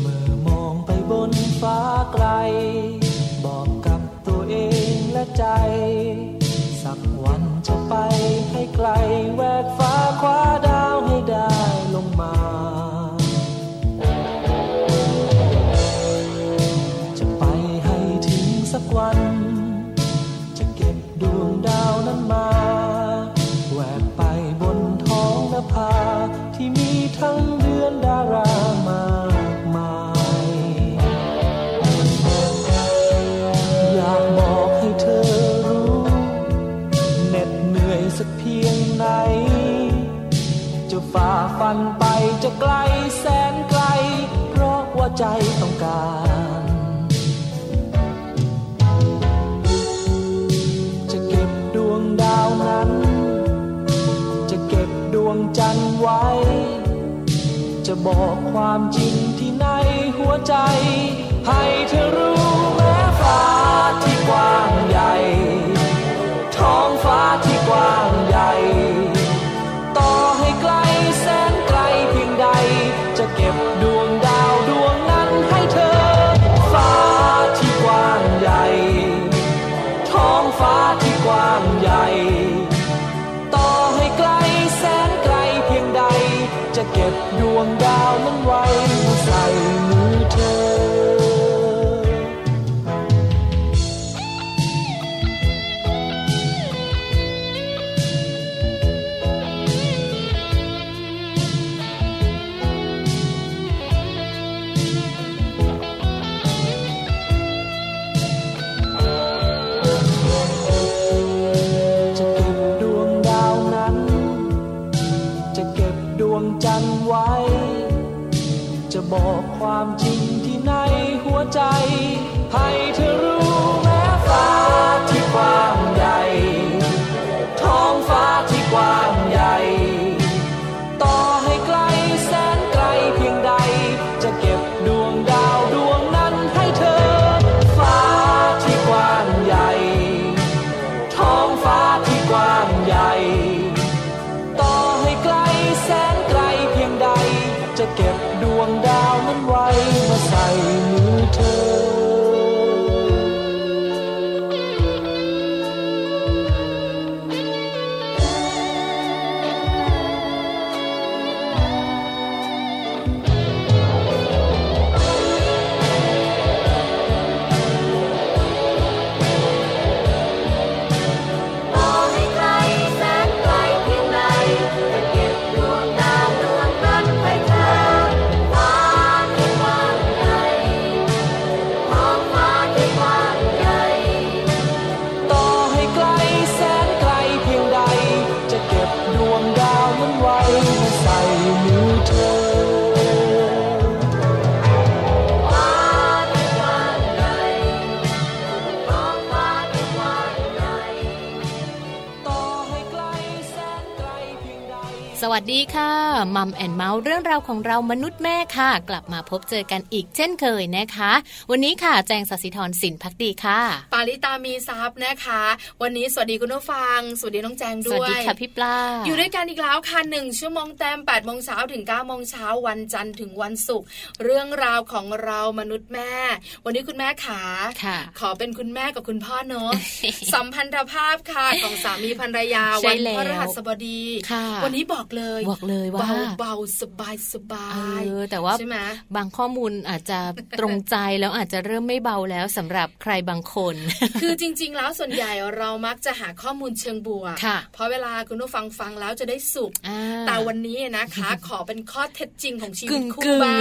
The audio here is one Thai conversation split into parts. เมื่อมองไปบนฟ้าไกล บอกกับตัวเองและใจ สักวันจะไปให้ไกล แวกฟ้าคว้าดาวให้ได้ลงมา จะไปให้ถึงสักวัน จะเก็บดวงดาวนั้นมาแหวกไปบนท้องนภาที่มีทั้งเดือนดารามากมาย อยากบอกให้เธอรู้เหน็ดเหนื่อยสักเพียงไหน จะฝ่าฟันไปจะไกลแสนไกล เพราะว่าใจต้องการ จะเก็บดวงดาวนั้น จะเก็บดวงจันทร์ไว้ จะบอกความจริงที่ในหัวใจ ให้เธอรู้แม้ฟ้าที่กว้างใหญ่ ท้องฟ้าที่กว้างใหญ่ ต่อให้ไกลแสนไกลเพียงใด จะเก็บดวงดาวดวงนั้นให้เธอ ฟ้าที่กว้างใหญ่ ท้องฟ้าที่กว้างใหญ่ ต่อให้ไกลแสนไกลเพียงใด จะเก็บดวงดาวนั้นไว้ใส่มือเธอ จะเก็บดวงดาวนั้น จะเก็บดวงจันทร์ไว้ จะบอกความจริงที่ในหัวใจ ให้เธอรู้แม้ฟ้าที่กว้างใหญ่ ท้องฟ้าที่กว้างใหญ่ ต่อให้ไกลแสนไกลเพียงใด จะเก็บดวงดาวดวงนั้นให้เธอ ฟ้าที่กว้างใหญ่ ท้องฟ้าที่กว้างใหญ่ ต่อให้ไกลแสนไกลเพียงใด จะเก็บดวงดาวนั้นไว้มาใส่มือเธอ ต่อให้ไกลแสนไกลเพียงใดจะเก็บดวงดาวดวงนั้นไว้เธอฟ้าที่กว้างใหญ่ท้องฟ้าที่กว้างใหญ่ ต่อให้ไกลแสนไกลเพียงใด จะเก็บดวงดาวนั้นไว้มาใส่มือเธอ ฟ้าที่กว้างใหญ่ท้องฟ้าที่กว้างใหญ่ ต่อให้ไกลแสนไกลเพียงใด สวัสดีค่ะมัมแอนเมาส์เรื่องราวของเรามนุษย์แม่ค่ะ กลับมาพบเจอกันอีกเช่นเคยนะคะ วันนี้ค่ะแจงสศิธรสินพักดีค่ะ ปาริตามีซับนะคะ วันนี้สวัสดีคุณผู้ฟัง สวัสดีน้องแจง ส ด้วย วัสดีค่ะพี่ปลา อยู่ด้วยกันอีกแล้วค่ะหนึ่งชั่วโมงเต็ม8ปดโมงเช้าถึง9ก้าโมงเช้าวันจันทร์ถึงวันศุกร์เรื่องราวของเรามนุษย์แม่ วันนี้คุณแม่ขา ค่ะ ขอเป็นคุณแม่กับคุณพ่อเน อะ สัมพันธภาพค่ะของสามีภรรยา ใช่ วัน แล้ว พฤหัสบดี ค่ะ วันนี้บอกเลย บอกเลยว่า เบาๆสบายสบา เอย อแต่ว่า ใช่ไหม บางข้อมูลอาจจะตรงใจแล้วอาจจะเริ่มไม่เบาแล้วสำหรับใครบางคน คือจริง ๆ แล้วส่วนใหญ่เรามักจะหาข้อมูลเชิงบวก ค่ะ เพราะเวลาคุณผู้ฟังฟังแล้วจะได้สุข อ่า แต่วันนี้นะคะ ขอเป็นข้อเท็จจริงของชีวิ กึ่งตๆ คู่บ้าง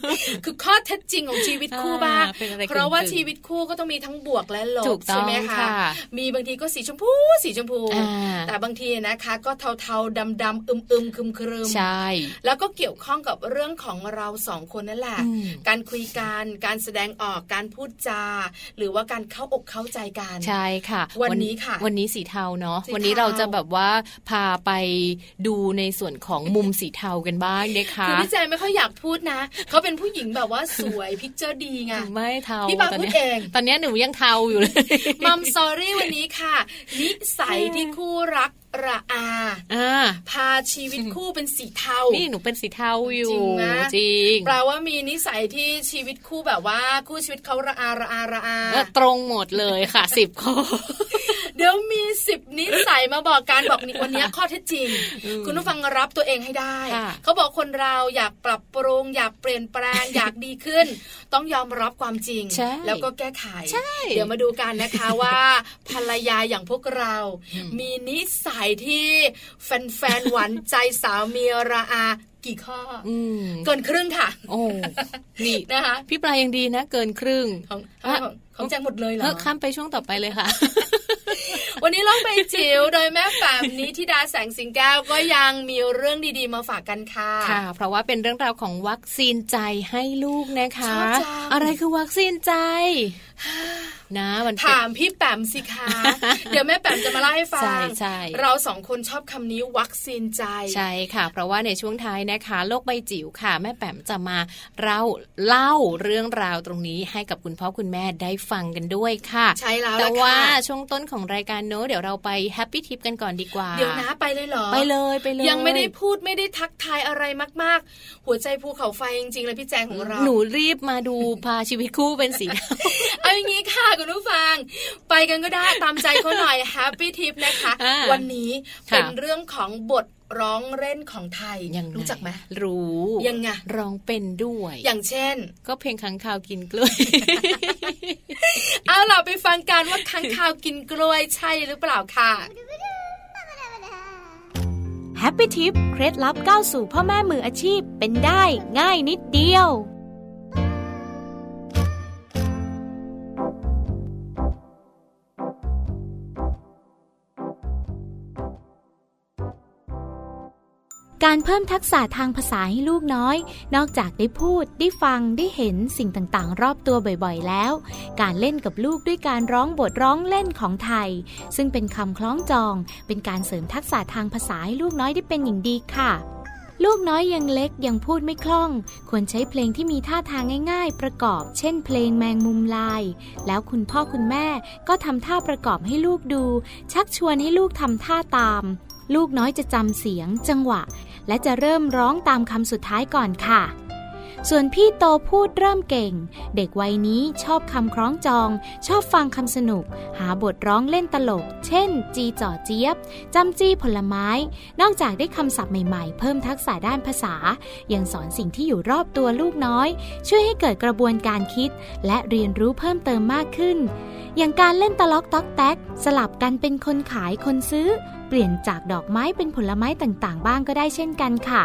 คือข้อเท็จจริงของชีวิตคู่บ้าง อ่าเป็นอะไรกึ่งๆ เพราะว่าชีวิตคู่ก็ต้องมีทั้งบวกและล ถู บ กต้อง ใช่ไหมคะ ค่ะ มีบางทีก็สีชมพู สีชมพู อ่า แต่บางทีนะคะ ก็เทาๆดำๆอึม อึมครึมครึม ใช่ แล้วก็เกี่ยวข้องกับเรื่องของเราสองคนนั่นแหละ อืม การคุยกันการแสดงออกการพูดจา หรือว่าการเข้าอกเข้าใจกัน ใช่ค่ะ วันนี้ค่ะ วันนี้สีเทาเนาะ สีเทา วันนี้เราจะแบบว่าพาไปดูในส่วนของมุมสีเทากันบ้างนะคะ คือพี่แจงไม่ค่อยอยากพูดนะ เขาเป็นผู้หญิงแบบว่าสวย พิกเจอร์ดีไง ไม่เทา พี่ปา ตน พูด นี้ย เอง ตอนเนี้ยหนูยังเทาอยู่เลย มัมสอรี่วันนี้ค่ะ นิสัยที่คู่รักระอา อ่า พาชีวิตคู่เป็นสีเทา นี่หนูเป็นสีเทาอยู่ จริงนะ จริง แปลว่ามีนิสัยที่ชีวิตคู่แบบว่า คู่ชีวิตเขาระอาระอาระอา แล้วตรงหมดเลยค่ะสิบข้อ เดี๋ยวมีสิบนิสัยมาบอกการบอกนี่วันนี้ข้อเท็จจริง คุณผู้ฟังรับตัวเองให้ได้ ค่ะ เขาบอกคนเราอยากปรับปรุง อยากเปลี่ยนแปลง อยากดีขึ้น ต้องยอมรับความจริง ใช่ แล้วก็แก้ไข ใช่ เดี๋ยวมาดูกันนะคะว่าภรรยาอย่างพวกเรา มีนิสัยที่แฟนๆหวานใจสาวมีราอากี่ข้ออ อืม เกินครึ่งค่ะ โอ้นี่ นะคะ พี่ปลายยังดีนะ เกินครึ่ง ของของของแจงหมดเลยเหร เอ อ อข้ามไปช่วงต่อไปเลยค่ะ วันนี้ล่องไปจิ๋วโดยแม่แฝมนิธิดาแสงสิงแก้วก็ยังมีเรื่องดีๆมาฝากกันค่ะ ค่ะ เพราะว่าเป็นเรื่องราวของวัคซีนใจให้ลูกนะคะ ชอบจัง อะไรคือวัคซีนใจ นะมันเป็น ถามพี่แปมสิคะ เดี๋ยวแม่แปมจะมาเล่าให้ฟั ใช่ ง ใช่ เราสองคนชอบคำนี้วัคซีนใจ ใช่ค่ะ เพราะว่าในช่วงท้ายนะคะ โลกใบจิ๋วค่ะ แม่แปมจะมาเราเล่าเรื่องราวตรงนี้ให้กับคุณพ่อคุณแม่ได้ฟังกันด้วยค่ะ ใช่แล้ว แต่ ล่ะ ว่า ค่ะ ช่วงต้นของรายการโน้เดี๋ยวเราไปแฮปปี้ทิปกันก่อนดีกว่า เดี๋ยวนะไปเลยเหรอ ไปเลยไปเลย ยังไม่ได้พูดไม่ได้ทักทายอะไรมากๆ หัวใจภูเขาไฟจริงๆเลยพี่แจงของเรา หนูรีบมาดูพาชีวิตคู่เป็นสีเทา เอาอย่างนี้ค่ะคุณผู้ฟัง ไปกันก็ได้ตามใจเขาหน่อย แฮปปี้ทิปนะคะ อ่า วันนี้เป็น ค่ะ เรื่องของบทร้องเล่นของไทย ยังง รู้จักไหม รู้ ยังไง ร้องเป็นด้วย อย่างเช่น ก็เพลงค้างคาวกินกล้วย เอาเราไปฟังกันว่าค้างคาวกินกล้วยใช่หรือเปล่าค่ะ แฮปปี้ทิปเคล็ดลับก้าวสู่พ่อแม่มืออาชีพเป็นได้ง่ายนิดเดียว การเพิ่มทักษะทางภาษาให้ลูกน้อย นอกจากได้พูดได้ฟังได้เห็นสิ่งต่างๆ รอบตัวบ่อยๆ แล้ว การเล่นกับลูกด้วยการร้องบทร้องเล่นของไทย ซึ่งเป็นคำคล้องจอง เป็นการเสริมทักษะทางภาษาให้ลูกน้อยได้เป็นอย่างดีค่ะ ลูกน้อยยังเล็กยังพูดไม่คล่อง ควรใช้เพลงที่มีท่าทางง่าย ๆ ประกอบ เช่น เพลงแมงมุมลาย แล้วคุณพ่อคุณแม่ก็ทำท่าประกอบให้ลูกดู ชักชวนให้ลูกทำท่าตาม ลูกน้อยจะจำเสียง จังหวะ และจะเริ่มร้องตามคำสุดท้ายก่อนค่ะ ส่วนพี่โตพูดเริ่มเก่ง เด็กวัยนี้ชอบคำคล้องจอง ชอบฟังคำสนุก หาบทร้องเล่นตลก เช่น จีจ่อเจี๊ยบ จำจี้ผลไม้ นอกจากได้คำศัพท์ใหม่ๆ เพิ่มทักษะด้านภาษา ยังสอนสิ่งที่อยู่รอบตัวลูกน้อย ช่วยให้เกิดกระบวนการคิด และเรียนรู้เพิ่มเติมมากขึ้น อย่างการเล่นตะล็อกต๊อกแต๊ก สลับกันเป็นคนขายคนซื้อ เปลี่ยนจากดอกไม้เป็นผลไม้ต่างๆ บ้างก็ได้เช่นกันค่ะ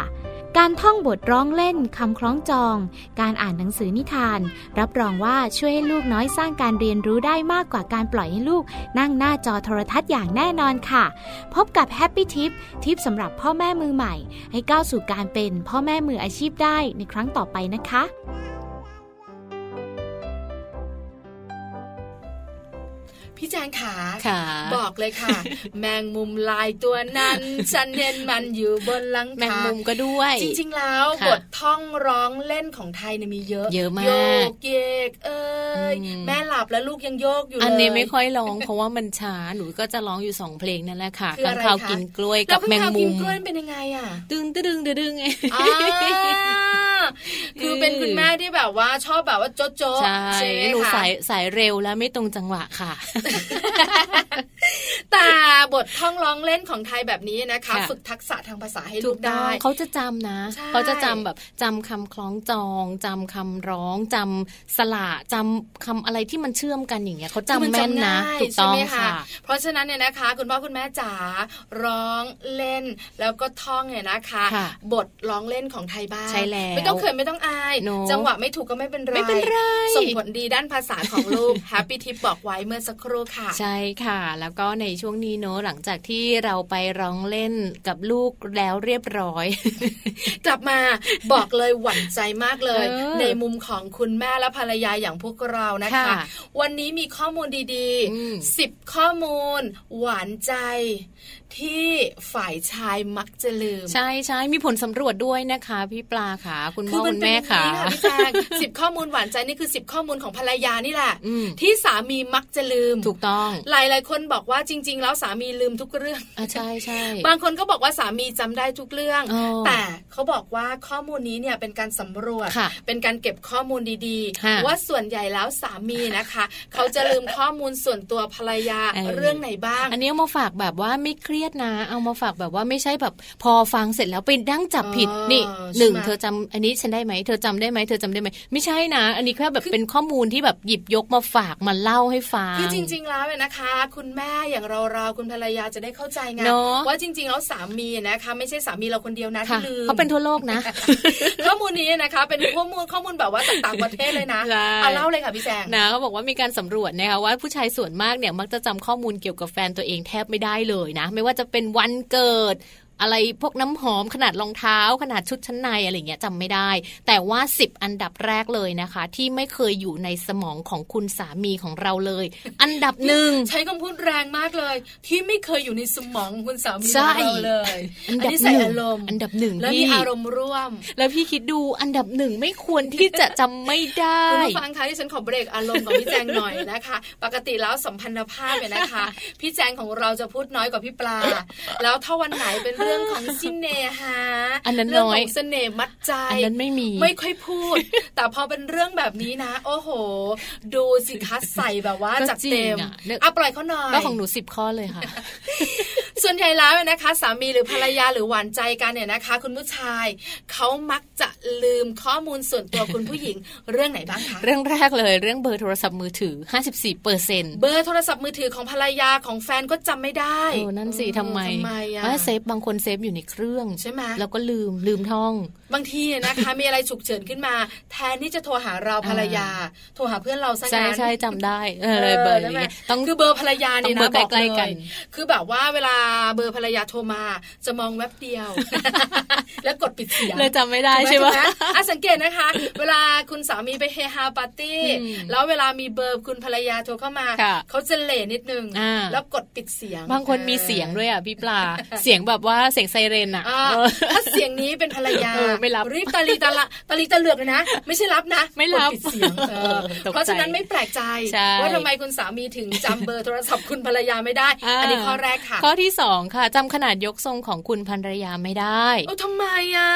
การท่องบทร้องเล่นคำคล้องจอง การอ่านหนังสือนิทาน รับรองว่าช่วยให้ลูกน้อยสร้างการเรียนรู้ได้มากกว่าการปล่อยให้ลูก นั่งหน้าจอโทรทัศน์อย่างแน่นอนค่ะ พบกับแฮปปี้ทิปทิปสำหรับพ่อแม่มือใหม่ ให้ก้าวสู่การเป็นพ่อแม่มืออาชีพได้ในครั้งต่อไปนะคะ พี่แจงขา ค่ะ บอกเลยค่ะ แมงมุมลายตัวนั้น ฉันเห็นมันอยู่บนหลัง แมง คา มุมก็ด้วย จริงๆแล้ว ค่ะ บทท่องร้องเล่นของไทยเนี่ยมีเยอะ เยอะมาก โยกเยกเอ้ย อืม แม่หลับแล้วลูกยังโยกอยู่เลย อันนี้ไม่ค่อยร้อง เพราะว่ามันช้าหนูก็จะร้องอยู่สองเพลงนั่นแหละค่ะ คือ กั อะไร ข้าว คะ กินกล้วย แล้ กั ว บ ข้าง แมง คาวกิ มุ น ม กล้วยเป็นยังไงอ่ะ ดึงตะดึงตะดึงไง อ่าคือเป็นคุณแม่ที่แบบว่าชอบแบบว่าโจ๊ะโจ๊ะ ใช่ ไหม หนู คะ สายสายเร็วแล้วไม่ตรงจังหวะค่ะ แต่บทท่องร้องเล่นของไทยแบบนี้นะคะ ค่ะ ฝึกทักษะทางภาษาให้ลู ถู ก กต้อ ได้ งเขาจะจำนะ ใช่ เขาจะจำแบบจำคำคล้องจองจำคำร้องจำสระจำคำอะไรที่มันเชื่อมกันอย่างเงี้ยเขาจำ คือ แม่นนะ ง่าย ถูกต้อง ใช่ไหม ค่ะ เพราะฉะนั้นเนี่ยนะคะ คุณพ่อคุณแม่จ๋าร้องเล่น แล้วก็ท่องเนี่ยนะคะ ค่ะ บทร้องเล่นของไทยบ้าง ใช่แล้ว ไม่ต้องเขินไม่ต้องอาย เนอะ จังหวะไม่ถูกก็ไม่เป็นไร ไม่เป็นไร ส่งผลดีด้านภาษาของลูกแฮปปี้ทิปบอกไว้เมื่อสักค ครู่ค่ะ ใช่ค่ะ แล้วก็ในช่วงนี้เนอะหลังจากที่เราไปร้องเล่นกับลูกแล้วเรียบร้อย กลับมาบอกเลยหวั่นใจมากเลย เออ ในมุมของคุณแม่และภรรยาอย่างพวกเรานะคะ ค่ะ วันนี้มีข้อมูลดี อืม ๆ 10 ข้อมูล หวานใจ ที่ฝ่ายชายมักจะลืม ใช่ใช่มีผลสำรวจด้วยนะคะ พี่ปลาค่ะ คุณ คื พ่ อ อ มั คุณนเป็น แม่ อค่ะย่างนี้ค่ะพี่แจงสิบข้อมูลหวานใจนี่คือสิบข้อมูลของภรรยานี่แหละ อืม ที่สามีมักจะลืม ถูกต้อง หลายๆ คนบอกว่าจริง ๆ แล้วสามีลืมทุกเรื่อง อ่ะใช่ใช่ บางคนก็บอกว่าสามีจำได้ทุกเรื่อง อ๋อ แต่เขาบอกว่าข้อมูลนี้เนี่ยเป็นการสำรวจ ค่ะ เป็นการเก็บข้อมูลดี ค่ะ ว่าส่วนใหญ่แล้วสามีนะคะ เขาจะลืมข้อมูลส่วนตัวภรรยา เออ เรื่องไหนบ้าง อันนี้เอามาฝากแบบว่าไม่เครียดนะ เอามาฝากแบบว่าไม่ใช่แบบ พอฟังเสร็จแล้วไปนั่งจับผิด อ๋อ นี่ ใช่ หนึ่ง ไหม เธอจำอันนี้ฉันได้ไหมเธอจำได้ไหมเธอจำได้ไหมไม่ใช่นะ อันนี้แค่แบบ คือ เป็นข้อมูลที่แบบหยิบยกมาฝากมาเล่าให้ฟัง คือจริง ๆ แล้วเนี่ยนะคะ คุณแม่อย่างเราเราๆคุณภรรยาจะได้เข้าใจไง เนอะ ว่าจริง ๆ แล้วสามีนะคะ ไม่ใช่สามีเราคนเดียวนะที่ ค่ะ ลืม เขาเป็นทั่วโลกนะ ข้อมูลนี้นะคะ เป็นข้อมูลข้อมูลแบบว่าจากต่างประเทศเลยนะ ใช่ เอาเล่าเลยค่ะพี่แจง นะเขาบอกว่ามีการสำรวจนะคะว่าผู้ชายส่วนมากเนี่ยมักจะจำข้อมูลเกี่ยวกับแฟนตัวเองแทบไม่ได้เลยนะ ไม่ว่าจะเป็นวันเกิด อะไรพวกน้ำหอมขนาดรองเท้า ขนาดชุดชั้นในอะไรเงี้ยจำไม่ได้ แต่ว่า 10 อันดับแรกเลยนะคะ ที่ไม่เคยอยู่ในสมองของคุณสามีของเราเลย อันดับหนึ่ง ใช้คำพูดแรงมากเลย ที่ไม่เคยอยู่ในสมองของคุณสามี ใช่ ของเราเลย อันดับ นี้ ห ใส่ นึ่ง อารมณ์ อันดับหนึ่ง แล้วมี พี่ อารมณ์ร่วม แล้วพี่คิดดูอันดับหนึ่งไม่ควรที่จะจำไม่ได้ คุณผู้ฟังคะที่ฉันขอเบรกอารมณ์กับพี่แจงหน่อยนะคะ ปกติแล้วสัมพันธภาพเนี่ยนะคะ พี่แจงของเราจะพูดน้อยกว่าพี่ป ลา แล้วถ้าวันไหนเป็นเรื่องของสินเนหา อันนั้น เรื่ น้อย ของเสน่ห์มัดใจ อันนั้นไม่มี ไม่ค่อยพูด แต่พอเป็นเรื่องแบบนี้นะ โอ้โห ดูสิคะใส่แบบว่า ก็ จัดเต็ม จริงอะนึก อ่ะปล่อยเขาหน่อย ก็ของหนูสิบข้อเลยค่ะ ส่วนใหญ่แล้วนะคะ สามีหรือภรรยาหรือหวานใจกันเนี่ยนะคะ คุณผู้ชายเขามักจะลืมข้อมูลส่วนตัวคุณผู้หญิง เรื่องไหนบ้างคะ เรื่องแรกเลยเรื่องเบอร์โทรศัพท์มือถือ 54เปอร์เซ็นต์ เบอร์โทรศัพท์มือถือของภรรยาของแฟนก็จำไม่ได้ โอ้นั่นสิทำไม ทำไมอะ ว่าเซฟบางคนเซฟอยู่ในเครื่อง ใช่ไหม แล้วก็ลืมลืมท่อง บางทีนะคะ มีอะไรฉุกเฉินขึ้นมา แทนที่จะโทรหาเราภรรยา โทรหาเพื่อนเราซะ ใช่ งั้น ใช่จำได้ เออเบอร์ ใช่ไหม นี้ยต้อง คือเบอร์ภรรยาเนี่ย ต้ นะ องเบอร์ใกล้ๆกัน บอเลยคือแบบว่าเวลาเบอร์ภรรยาโทรมาจะมองแวบเดี ยว แล้วกดปิดเสียง เลยจำไม่ได้ใช่ไหม ถูกถูกอ่ะสังเกตนะคะ เวลาคุณสามีไปเฮฮาปาร์ตี้ อืม แล้วเวลามีเบอร์คุณภรรยาโทรเข้ามา ค่ะ เขาจะเหล่นิดนึง อ่า แล้วกดปิดเสียง บางคนมีเสียงด้วยอ่ะพี่ป ลา เสียงแบบว่าเสียงไซเรนอ่ะ อ่า เออ ถ้าเสียงนี้เป็นภรรยา เออไม่รับ รีบตาลีตาละตาลีตาเหลือกเลยนะ ไม่ใช่รับนะ ไม่รับ กดปิดเสียงเออ ตกใจ เพราะฉะนั้นไม่แปลกใจ ใช่ ว่าทำไมคุณสามีถึงจำเบอร์โทรศัพท์คุณภรรยาไม่ได้ อันนี้ข้อแรกค่ะ ข้อที่สองค่ะจำขนาดยกทรงของคุณภรรยาไม่ได้ เอ้าทำไมอ่ะ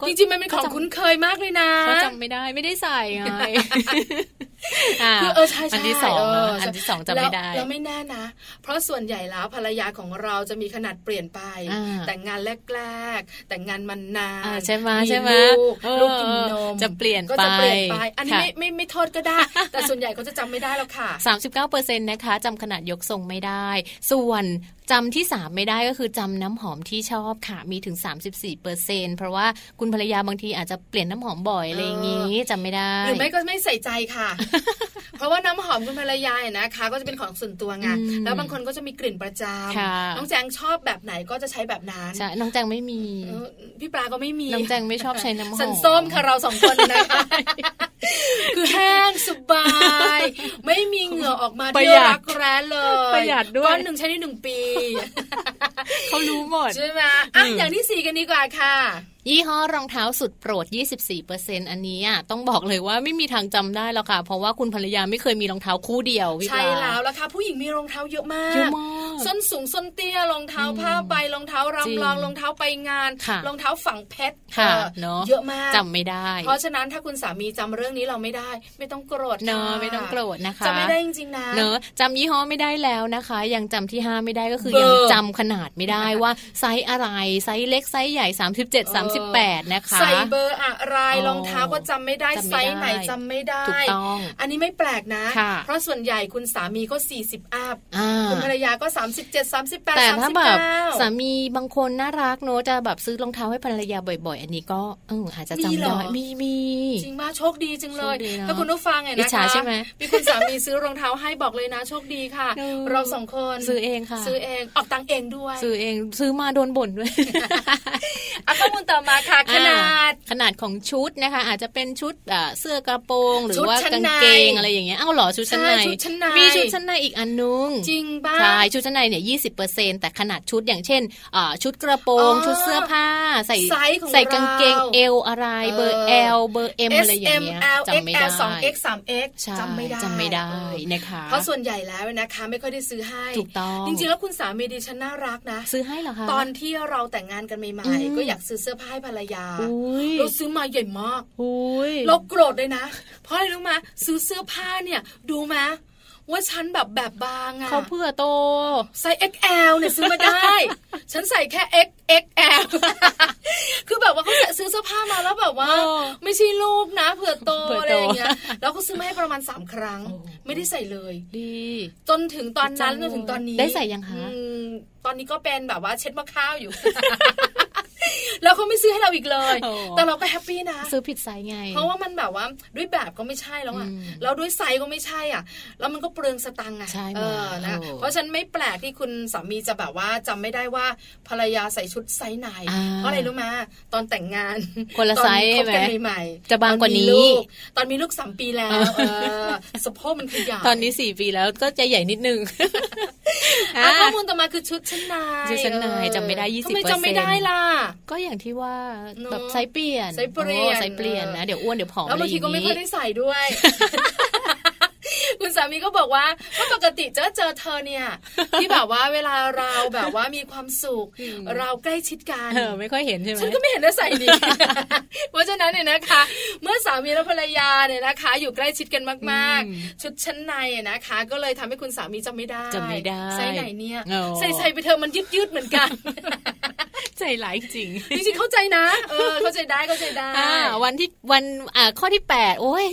ก็ จริงๆ มันเป็นของ ก็จำ คุ้นเคยมากเลยนะ ก็จำไม่ได้ไม่ได้ใส่ไงอ่า คือเออใช่ใช่ อันที่สอง เ นะอันที่สองจำไม่ได้ แล้วแล้วไม่แน่นะ เพราะส่วนใหญ่แล้วภรรยาของเราจะมีขนาดเปลี่ยนไป อ่า แต่งงานแรกๆ แต่งงานมันนาน อ่าใช่ไหมใช่ไหม ลูก เออ ลูกกินนม จะเปลี่ยนไป ก็จะเปลี่ยนไป อันนี้ ค่ะ ไม่ไม่ไม่โทษก็ได้ แต่ส่วนใหญ่เขาจะจำไม่ได้แล้วค่ะ 39%นะคะจำขนาดยกทรงไม่ได้ ส่วนจำที่ 3 ไม่ได้ก็คือจำน้ำหอมที่ชอบค่ะมีถึง 34%เพราะว่าคุณภรรยาบางทีอาจจะเปลี่ยนน้ำหอมบ่อยอะไรอย่างนี้จำไม่ได้ หรือไม่ก็ไม่ใส่ใจ ค่ะ เพราะว่าน้ำหอมคุณภรรยาเนี่ยนะคะ ก็จะเป็นของส่วนตัวไง อืม แล้วบางคนก็จะมีกลิ่นประจ ค่ะ ำน้องแจงชอบแบบไหนก็จะใช้แบบนั้น ใช่น้องแจงไม่มี เออพี่ปลาก็ไม่มี น้องแจงไม่ชอบใช้น้ำหอม สันส้มค่ะเราสองคนนะคะ คือแห้งสบาย ไม่มีเหงื่อออกมา ประ เที่ หยั ยว ด รักแร้เลย ประหยัดด้วย ก้อนหนึ่งใช้ได้หนึ่งปี เขารู้หมด ใช่ไหมอ่ะ อืม อย่างที่สี่กันดีกว่าค่ะ ยี่ห้อรองเท้าสุดโปรด 24%อันนี้อ่ะต้องบอกเลยว่าไม่มีทางจำได้หรอกค่ะ เพราะว่าคุณภรรยาไม่เคยมีรองเท้าคู่เดียวพี่ป ใช่ ลา แล้วล่ะค่ะ ผู้หญิงมีรองเท้าเยอะมาก เยอะมาก ส้นสูงส้นเตี้ยรองเท้าผ้าใบรองเท้า จริง รำรองรองเท้าไปงาน ค่ะ รองเท้าฝังเพชร ค่ะ ออ เนอะ เยอะมาก จำไม่ได้ เพราะฉะนั้นถ้าคุณสามีจำเรื่องนี้เราไม่ได้ ไม่ต้องโกรธ เนอะ ค่ะ ไม่ต้องโกรธนะคะ จำไม่ได้จริงๆนะ เนอะจำยี่ห้อไม่ได้แล้วนะคะ ยังจำที่ห้าไม่ได้ก็คือ เบอร์ ยังจำขนาดไม่ได้ว่าไซส์อะไรไซส์เล็กไซส์ใหญ่ 37 เอ 28 นะคะ ใส่เบอร์อะไร อ๋อ รองเท้าก็จำไม่ได้ จำไม่ได้ ไซส์ไหนจำไม่ได้ ถูกต้อง อันนี้ไม่แปลกนะ ค่ะ เพราะส่วนใหญ่คุณสามีก็ 40 อัพ อ่า คุณภรรยาก็ 37 38 แต่ถ้าแบบสา 39 มีบางคนน่ารักเนอะจะแบบซื้อรองเท้าให้ภรรยาบ่อยๆ อันนี้ก็เอออาจจะ มี จำ เหรอ ได้มีมี จริงมากโชคดีจังเลย โชคดีเนอะ ถ้าคุณผู้ฟังเนี่ย อิ นะ จฉา คะ ใช่ไหม มีคุณสามีซื้อรองเท้าให้บอกเลยนะ โชคดีค่ะ เนอะ เราสองคน ซื้อเองค่ะ ซื้อเองออกตังค์เองด้วย ซื้อเองซื้อมาโดนบ่นด้วย อะข้อมูลต่อมาค่ะ ขนาด ขนาดของชุดนะคะ อาจจะเป็นชุดอ่าเสื้อกระโปรงหรือ ชุด ว่า ชั้น กาง ใน เกงอะไรอย่างเงี้ยเอ้าเหรอชุดชั้นใน ใช่ชุดชั้นใน มีชุดชั้นในอีกอันนึง จริงบ้า ใช่ชุดชั้นในเนี่ยยีแต่ขนาดชุดอย่างเช่นอ่าชุดกระโปรง อ๋อ ชุดเสื้อผ้า ใส่ ไซส์ของ ใส่กางเกง เรา เอวอะไร เบอร์ เออ L เบอร์ M อะไรอย่างเงี้ย L จำไม่ได้ XL 2 X 3 X ใช่ จำไม่ได้ จำไม่ได้ เออ นะคะ เพราะส่วนใหญ่แล้วนะคะ ไม่ค่อยได้ซื้อให้ ถูกต้อง จริงๆแล้วคุณสามีดิฉันน่ารักนะ ซื้อให้เหรอคะ ตอนที่เราแต่งงานกันให อื ม่ ม ๆ ก็อยากซื้อเสื้อผ้าให้ภรรยา อุ้ย เราซื้อมาใหญ่มาก อุ้ย เราโกรธเลยนะ เพราะอะไรรู้มาซื้อเสื้อผ้าเนี่ยดูมาว่าฉันแบบแบบบางอะ เขาเพื่อโต ไซส์ XL เนี่ยซื้อมาได้ ฉันใส่แค่ XXL คือแบบว่าเขาซื้อเสื้อผ้ามาแล้วแบบว่า เออ ไม่ใช่ลูกนะเผื่อโต เผื่อโต อะไรอย่างเงี้ย แล้วก็ซื้อมาให้ประมาณ 3 ครั้ง โอ้ ไม่ได้ใส่เลย ดี จนถึงตอนนั้น จัง จนถึงตอนนี้ ได้ใส่ยังคะ อืมตอนนี้ก็เป็นแบบว่าเช็ดมะข้าวอยู่ แล้วเขาไม่ซื้อให้เราอีกเลย โอ้ แต่เราก็แฮปปี้นะ ซื้อผิดไซส์ไง เพราะว่ามันแบบว่าด้วยแบบก็ไม่ใช่แล้วอ่ะ อืม แล้วด้วยไซส์ก็ไม่ใช่อ่ะ แล้วมันก็เปลืองสตังค์อ่ะ ใช่ เออ มา นะ โอ้ เพราะฉะนันไม่แปลกที่คุณสามีจะแบบว่าจำไม่ได้ว่าภรรยาใส่ชุดไซส์ไหน อ่า เพราะอะไรรู้มาตอนแต่งงาน คนละ ตอ ไซส์ คบกัน ใช่ไหม ใหม่ๆ จะบางกว่านี้ ตอมีลูกตอนมีลูกสามปีแล้วเออสะโพกมันขยาย ตอนนี้สี่ปีแล้วก็จะใหญ่นิดนึง อ่ะข้อมูลต่อมาคือชุดชั้นใน ชุดชั้นในจำไม่ได้ เออ 20% ทำไมจำไม่ได้ล่ะ ก็อย่างที่ว่า เนอะ แบบไซส์เปลี่ยน ไซส์เปลี่ยน โอ้ไซส์เปลี่ยน เอ นะ อ เดี๋ยวอ้วนเดี๋ยวผอม แล้วบางทีก็ไม่ค่อย ะร ได้ ย่างงี้ ใส่ด้วย คุณสามีก็บอกว่าก็ปกติเจอเจอเธอเนี่ย ที่แบบว่าเวลาเราแบบว่ามีความสุข อืม เราใกล้ชิดกัน เออไม่ค่อยเห็นใช่ไหม ฉันก็ไม่เห็นได้ใส่ดี เพราะฉะนั้นเนี่ยนะคะ เมื่อสามีและภรรยาเนี่ยนะคะ อยู่ใกล้ชิดกันมาก อืม ๆ ชุดชั้นในอะนะคะ ก็เลยทำให้คุณสามีจำไม่ได้ จำไม่ได้ ใส่ไหนเนี่ย อ๋อ ใส่ใส่ไปเธอะมันยืดยืดๆเหมือนกัน ใจร้ายจริง จริงๆเข้าใจนะเออเข้าใจได้เข้าใจได้ อ่าวันที่วันอ่าข้อที่แปดโอ้ย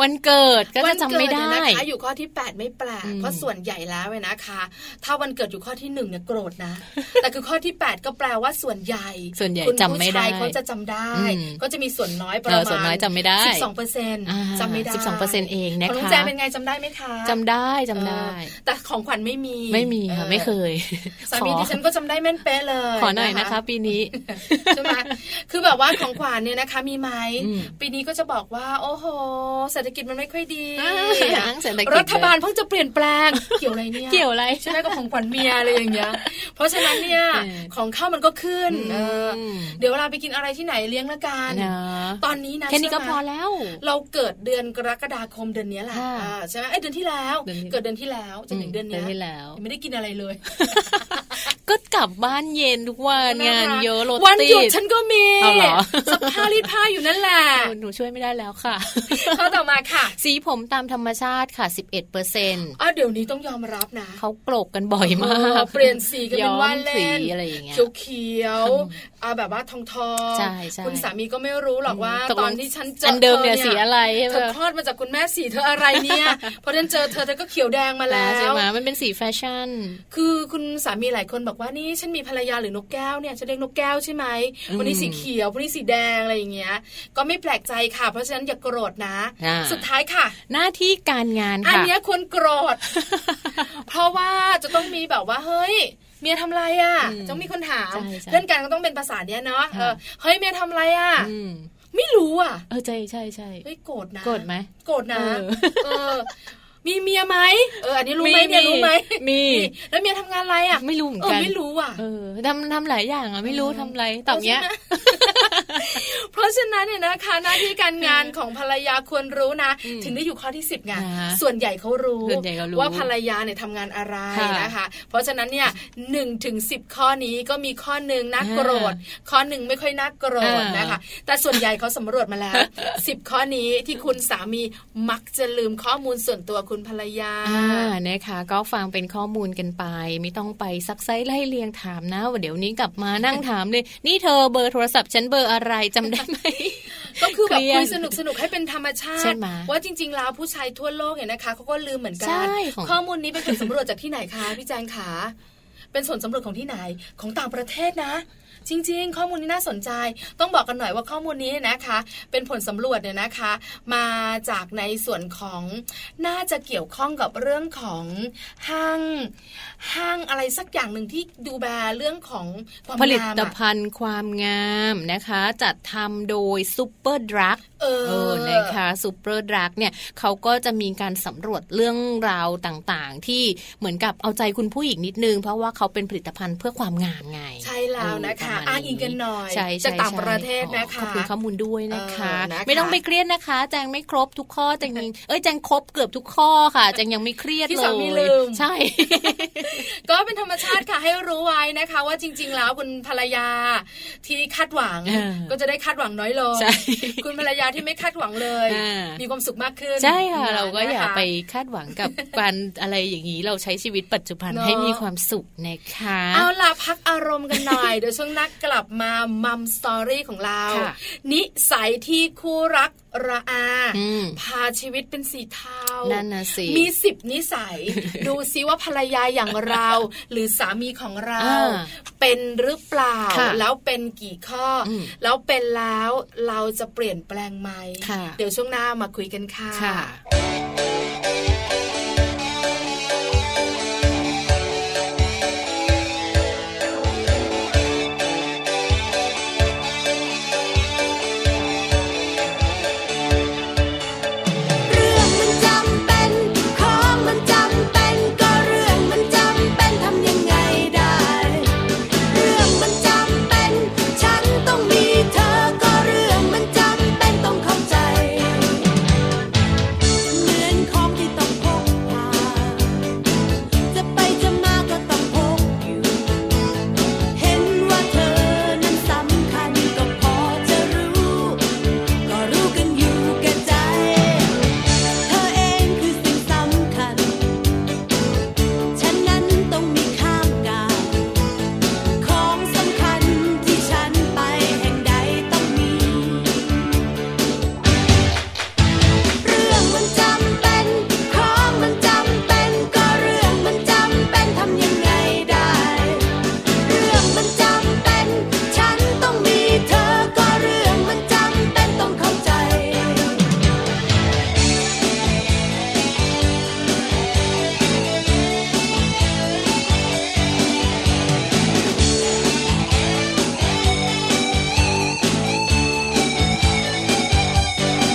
วันเกิดก็จะจำไม่ได้ วันเกิเนี่ยนะคะอยู่ข้อที่ 8 ไม่แปลก อืม เพราะส่วนใหญ่แล้วเนี่ยนะคะ ถ้าวันเกิดอยู่ข้อที่1เนี่ยโกรธนะ แต่คือข้อที่ 8 ก็แปลว่าส่วนใหญ่ ส่วนใหญ่ คุณ จำ ผู้ ไม่ ชา ได้ ยเขาจะจำได้ อืม ก็จะมีส่วนน้อยประ เอ มา อ ณ ส่วนน้อยจำไม่ได้ สิบสองเปอร์เซ็นต์ อ่า จำไม่ได้ สิบสองเปอร์เซ็นต์เองนะ ของน้อง คะ แจงเป็นไงจำได้ไหมคะ จำได้จำได้ เออแต่ของขวัญไม่มี ไม่มีค่ะ ออ ไม่เคย สา ข มี อ ดิฉันก็จำได้แม่นเป๊ะเลย ขอหน่อยนะคะ ปีนี้ ใช่ไหมคือแบบว่าของขวัญเนี่ยนะคะ มีไหม อืม ปีนี้ก็จะบอกว่า โอ้โหเศรษฐกิจมันไม่ค่อยดี อ้างเศรษฐกิจ รัฐบาลเพิ่งจะเปลี่ยนแปลง เกี่ยวอะไรเนี่ย เกี่ยวอะไร ใช่ไหมกับของขวัญเมียอะไรอย่างเงี้ย เพราะฉะนั้นเนี่ย เออ ของเข้าวมันก็ขึ้นเอออ ม เดี๋ยวเวลาไปกินอะไรที่ไหนเลี้ยงละกัน นะ ตอนนี้นะ แค่นี้ก็ เชื่ พ ไหม อแล้ว เราเกิดเดือนกรกฎาคมเดือนเนี้ยแหละ ค่ะ อ่าใช่ไหมเอ้ยเดือนที่แล้ว เดือนที่ เกิดเดือนที่แล้วจนถึงเดือนเนี้ย ที่แล้ว ยังไม่ได้กินอะไรเลย ก็กลับบ้านเย็นทุกวันงานเยอะรถ วัน ติ หยุด ด ฉันก็มี เอาเหรอ สักผ้ารีดผ้าอยู่นั่นแหละ หนูหนูช่วยไม่ได้แล้ว ค่ะ ข้อต่อมาค่ะ สีผมตามธรรมชาติค่ะ 11เปอร์เซ็น อ้าวเดี๋ยวนี้ต้องยอมรับนะ เขาโกรกกันบ่อยมาก เออเปลี่ยนสีกัน ย้ เป็ อนม ว่าเล่ สี น อะไรอย่างเงี้ย เขียวเขียวๆเอาแบบว่าทองทองๆ ใช่ใช่ คุณสามีก็ไม่รู้หรอกว่า ตก ต ล อน ง ที่ฉันเจอ อันเดิมเนี่ย ธ สีอะไรใช่ไห เธ ม อคลอดมาจากคุณแม่สีเธออะไร เนี่ยเพราะฉันเจอเธอเธอก็เขียวแดงมาแล้ ใช่ ว ไหมมันเป็นสีแฟชั่น คือคุณสามีหลายคนบอกว่านี่ฉันมีภรรยาหรือนกแก้วเนี่ยฉันเลี้ยงนกแก้วใช่ไหม อืม วันนี้สีเขียววันนี้สีแดงอะไรอย่างเงี้ย ก็ไม่แปลกใจค่ะ เพราะฉะนั้นอย่าโกรธนะ อ่า สุดท้ายค่ะ หน้าที่การงาน อัน ค่ะ เนี้ยควรโกร ธ เพราะว่าจะต้องมีแบบว่าเฮ้ย เมียทำไรอ่ะ อืม ต้องมีคนถาม ใช่ใช่ เพื่อนกันก็ต้องเป็นภาษาเนี้ยเนาะ ค่ะ เออเฮ้ยเมียทำไรอ่ะ อืม ไม่รู้อ่ะ เออใช่ใช่ใช่ เฮ้ยโกรธนะ โกรธไหม โกรธนะ เออ เออ มีเมียไหมเอออันนี้รู้ไหมเนี่ยรู้ไหม มี มีแล้วเมียทำงานอะไรอ่ะ ไม่รู้เหมือน เออ กัน ไม่รู้อ่ะ เออทำทำหลายอย่างอ่ะไม่รู้ทำอะไรตอบเนี้ย เพราะฉะนั้นเนี่ยนะคะหน้าที่การงานของภรรยาควรรู้นะ อืม ถึงได้อยู่ข้อที่ 10ไง อ่าฮะ ส่วนใหญ่เขารู้ ส่วนใหญ่เขารู้ ว่าภรรยาเนี่ยทำงานอะไร ค่ะ นะคะ เพราะฉะนั้นเนี่ยหนึ่งถึงสิข้อนี้ก็มีข้อหนึ่งน่าโกรธ ข้อหนึ่งไม่ค่อยน่าโกรธ อ่าน นะคะ แต่ส่วนใหญ่เขาสำรวจมาแล้ว 10 ข้อนี้ที่คุณสามีมักจะลืมข้อมูลส่วนตัว คุณภรรยา อ่านะคะก็ฟังเป็นข้อมูลกันไป ไม่ต้องไปซักไซไล่เรียงถามนะว่าเดี๋ยวนี้กลับมานั่งถามเลย นี่เธอเบอร์โทรศัพท์ฉันเบอร์อะไรจำได้ไหม ก็คือแบบ เครียด คุยสนุกสนุกให้เป็นธรรมชา ใช่ ติ ไหม ว่าจริง ๆ แล้วผู้ชายทั่วโลกเนี่ยนะคะเขาก็ลืมเหมือนกั ใช่ น ของ ข้อมูลนี้เป็นผลสำรวจจากที่ไหนคะพี่แจงขาเป็นส่วนสำรวจของที่ไหนของต่างประเทศนะ จริง ๆ ข้อมูลนี้น่าสนใจ ต้องบอกกันหน่อยว่าข้อมูลนี้นะคะ เป็นผลสำรวจเนี่ยนะคะ มาจากในส่วนของน่าจะเกี่ยวข้องกับเรื่องของห้างห้างอะไรสักอย่างหนึ่งที่ดูแลเรื่องของความ ผลิ งาม ต อะ ภัณฑ์ความงามนะคะ จัดทำโดยซูเปอร์ดรัก เออ เออ นะคะซูเปอร์ดรักเนี่ยเขาก็จะมีการสำรวจเรื่องราวต่างๆ ที่เหมือนกับเอาใจคุณผู้หญิงนิดนึง เพราะว่าเขาเป็นผลิตภัณฑ์เพื่อความงามไง ใช่แล้วนะคะ เปรมณ อ้างอิงกันหน่อย ใช่ จาก ใช่ ต่างประเทศ ใช่ นะคะ ขอบคุณข้อมูลด้วยนะคะ เออนะคะ ไม่ต้องไปเครียดนะคะ แจงไม่ครบทุกข้อแจงยังเอ้ยแจงครบเกือบทุกข้อค่ะแจงยังไม่เครียด ที่ เล สามีลื ย ม ใช่ ก็เป็นธรรมชาติค่ะให้รู้ไว้นะคะ ว่าจริง ๆ แล้วคุณภรรยาที่คาดหวัง เออ ก็จะได้คาดหวังน้อยลง ใช่ คุณภรรยาที่ไม่คาดหวังเลย อ่ามี มีความสุขมากขึ้น ใช่ค่ะ เราก็ นค อย่าไปคาดหวังกับ การอะไรอย่างนี้เราใช้ชีวิตปัจจุบัน เนอะ ให้มีความสุขนะคะ เอาล่ะพักอารมณ์กันหน่อย เดี๋ยวช่วงหนักกลับมามัมสตอรี่ของเรา ค่ะ นิสัยที่คู่รักระอา อืม พาชีวิตเป็นสีเทา นั่นนะสิ มีสิบนิสั ย ดูซิว่าภรรยาอย่างเรา หรือสามีของเรา อ่า เป็นหรือเปล่า ค่ะ แล้วเป็นกี่ข้ออ ม แล้วเป็นแล้วเราจะเปลี่ยนแปลงไหม ค่ะ เดี๋ยวช่วงหน้ามาคุยกันค่ะ ค่ะ เรื่องมันจำเป็น ของมันจำเป็น ก็เรื่องมันจำเป็นทำยังไงได้ เรื่องมันจำเป็น ฉันต้องมีเธอ ก็เรื่องมันจำเป็นต้องเข้าใจ เหมือนของที่ต้องพกพา จะไปจะมาก็ต้องพกอยู่ เห็นว่าเธอนั้นสำคัญก็พอจะรู้ ก็รู้กันอยู่แก่ใจ เธอเองคือสิ่งสำคัญ ฉันนั้นต้องมีข้ามกายของสำคัญที่ฉันไปแห่งใดต้องมี เรื่องมันจำเป็น ของมันจำเป็น ก็เรื่องมันจำเป็นทำยังไงได้ เรื่องมันจำเป็น ฉันต้องมีเธอ ก็เรื่องมันจำเป็นต้องเข้าใจ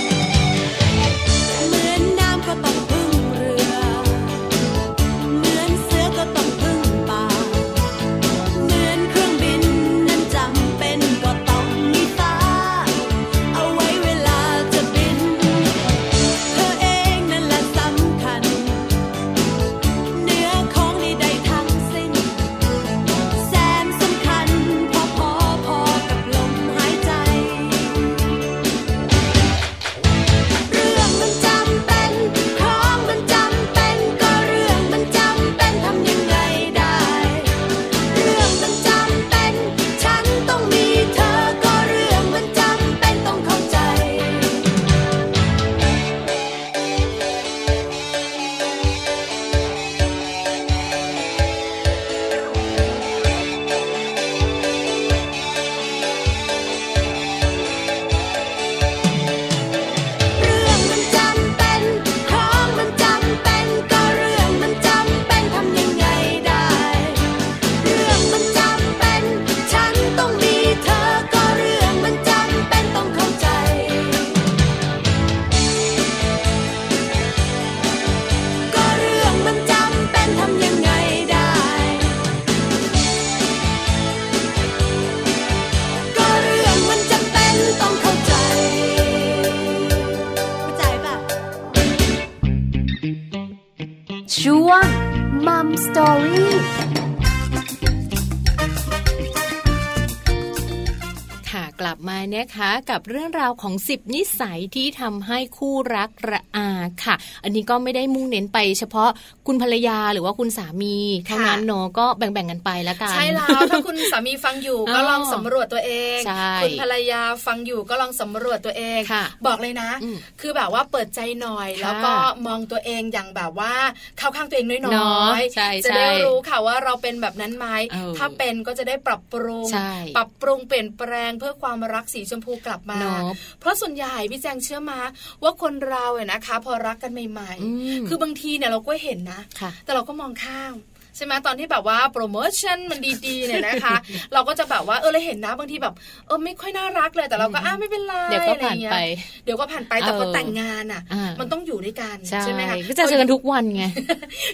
เหมือนน้ำก็ต้องพึ่งเรือ เหมือนเสือก็ต้องพึ่งป่า เหมือนเครื่องบินนั้นจำเป็นก็ต้องมีฟ้า เอาไว้เวลาจะบิน เธอเองนั่นแหละสำคัญ เนื้อของใดๆทั้งสิ้น แสนสำคัญพอพอพอกับลมหายใจ เรื่องมันจำเป็น ของมันจำเป็น ก็เรื่องมันจำเป็นทำยังไงได้ เรื่องมันจำเป็น ฉันต้องมีเธอ ก็เรื่องมันจำเป็นต้องเข้าใจ เรื่องมันจำเป็น ของมันจำเป็น ก็เรื่องมันจำเป็นทำยังไงได้ เรื่องมันจำเป็น ฉันต้องมีเธอ ก็เรื่องมันจำเป็นต้องเข้าใจ ก็เรื่องมันจำเป็นทำยังไงได้ ก็เรื่องมันจำเป็นต้องเข้าใจ เข้าใจป่ะ ช่วงมัมสตอรี่ ค่ะกลับ บมานะคะ กับเรื่องราวของ 10 นิสัยที่ทำให้คู่รักระอาค่ะ อันนี้ก็ไม่ได้มุ่งเน้นไปเฉพาะคุณภรรยาหรือว่าคุณสามีเท่านั้น ค่ะ เนอะก็แบ่งๆกันไปละกัน ใช่ แล้วถ้าคุณสามีฟังอยู่ ก็ อ๋อ ลองสำรวจตัวเอง ใช่ คุณภรรยาฟังอยู่ก็ลองสำรวจตัวเอง ค่ะ บอกเลยนะ อืม คือแบบว่าเปิดใจหน่อย ค่ะ แล้วก็มองตัวเองอย่างแบบว่าเข้าข้างตัวเองน้ เน อ อะ ย ใช่ ๆจะ ใช่ ได้รู้ค่ะว่าเราเป็นแบบนั้นไหม เออ ถ้าเป็นก็จะได้ปรับปรุง ใช่ ปรับปรุงเปลี่ยนแปลงเพื่อความรักสีชมพูกลับมา เนอะ เพราะส่วนใหญ่พี่แจงเชื่อมาว่าคนเราเนี่ยนะคะ พอรักกันใหม่ อืม ๆ คือบางทีเนี่ยเราก็เห็นนะ ค่ะ แต่เราก็มองข้ามใช่ไหมตอนที่แบบว่าโปรโมชั่นมันดีๆเนี่ย นะคะ เราก็จะแบบว่าเออเราเห็นนะบางทีแบบเออไม่ค่อยน่ารักเลยแต่เราก็อ้าไม่เป็นไร เดี๋ยวก็ อะไร ผ่าน เงี้ย ไป เดี๋ยวก็ผ่านไปแต่พอ เออ แต่งงานอ่ะ อ่ามั มันต้องอยู่ด้วยกัน ใช่ ไหมคะ ก็จะเจอกันทุกวันไง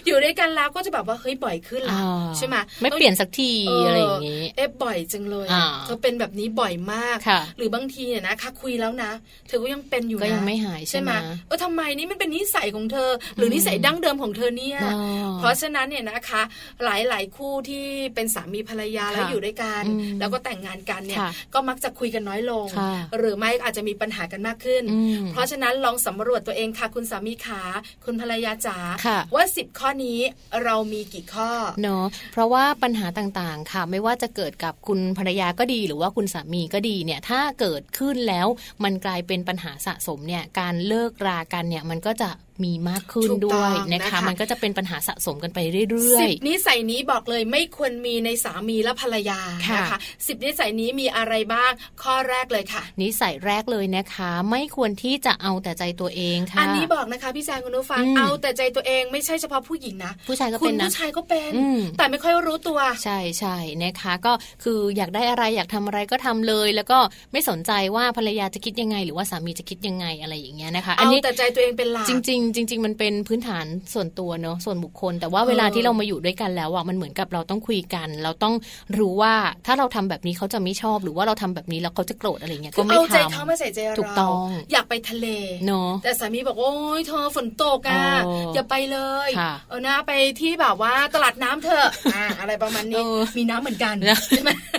อยู่ด้วยกันแล้วก็จะแบบว่าเฮ้ยบ่อยขึ้นละ อ่า ใช่ไหม ไม่เปลี่ยนสักที เออ อะไรอย่างนี้ เอฟบ่อยจังเลย อ่า เธอเป็นแบบนี้บ่อยมาก ค่ะ หรือบางทีเนี่ยนะคะคุยแล้วนะ เธอก็ยังเป็นอยู่นะ ก็ยังไม่หายใช่ไหม เออทำไมนี่มันเป็นนิสัยของเธอ หรือนิสัยดั้งเดิมของเธอเนี่ย เนอะ เพราะฉะนั้นเนี่ยนะคะ หลายๆคู่ที่เป็นสามีภรรยา ค่ะ แล้วอยู่ด้วยกัน อืม แล้วก็แต่งงานกันเนี่ย ค่ะ ก็มักจะคุยกันน้อยลง ค่ะ หรือไม่อาจจะมีปัญหากันมากขึ้น อืม เพราะฉะนั้นลองสำรวจตัวเองค่ะ คุณสามีขาคุณภรรยาจ๋า ค่ะ ว่า 10 ข้อนี้เรามีกี่ข้อ เนาะเพราะว่าปัญหาต่างๆ ค่ะ ไม่ว่าจะเกิดกับคุณภรรยาก็ดี หรือว่าคุณสามีก็ดีเนี่ย ถ้าเกิดขึ้นแล้วมันกลายเป็นปัญหาสะสมเนี่ย การเลิกรากันเนี่ยมันก็จะมีมากขึ้น ถูกต้อง ด้วยนะ นะคะ คะ มันก็จะเป็นปัญหาสะสมกันไปเรื่อ สิ ย บนิสัยนี้บอกเลยไม่ควรมีในสามีและภรรยา ค่ะ นะคะสิบนิสัยนี้มีอะไรบ้างข้อแรกเลยค่ะ ๆนิสัยแรกเลยนะคะ ไม่ควรที่จะเอาแต่ใจตัวเองค่ะ อันนี้บอกนะคะพี่แจงคุณนุฟัง อืม เอาแต่ใจตัวเองไม่ใช่เฉพาะผู้หญิงนะ ผู้ชายก็ คุ เป็ ณ นนะ ผู้ชายก็เป็น อืม แต่ไม่ค่อยรู้ตัว ใช่ใช่นะคะก็คืออยากได้อะไรอยากทำอะไรก็ทำเลย แล้วก็ไม่สนใจว่าภรรยาจะคิดยังไง หรือว่าสามีจะคิดยังไงอะไรอย่างเงี้ยนะคะ อัน เอา นี้ แต่ใจตัวเองเป็นหลัก จริงๆจริงๆมันเป็นพื้นฐานส่วนตัวเนอะส่วนบุคคล แต่ว่าเวลา เออ ที่เรามาอยู่ด้วยกันแล้วอ่ะมันเหมือนกับเราต้องคุยกัน เราต้องรู้ว่าถ้าเราทำแบบนี้เขาจะไม่ชอบ หรือว่าเราทำแบบนี้แล้วเขาจะโกรธอะไรเงี้ย คื ก็ อ ไม่ เอาใจเขามา ทำ ใส่ใจเรา ถูกต้อง อยากไปทะเล เนอะ แต่สามีบอกโอ้ยเธอฝนตกอ่ะ เอออย่อาไปเลย ค่ะ เออนะไปที่แบบว่าตลาดน้ำเถอะอ่าอะไรประมาณนี้ เออ มีน้ำเหมือนกัน นะ ใช่ไหม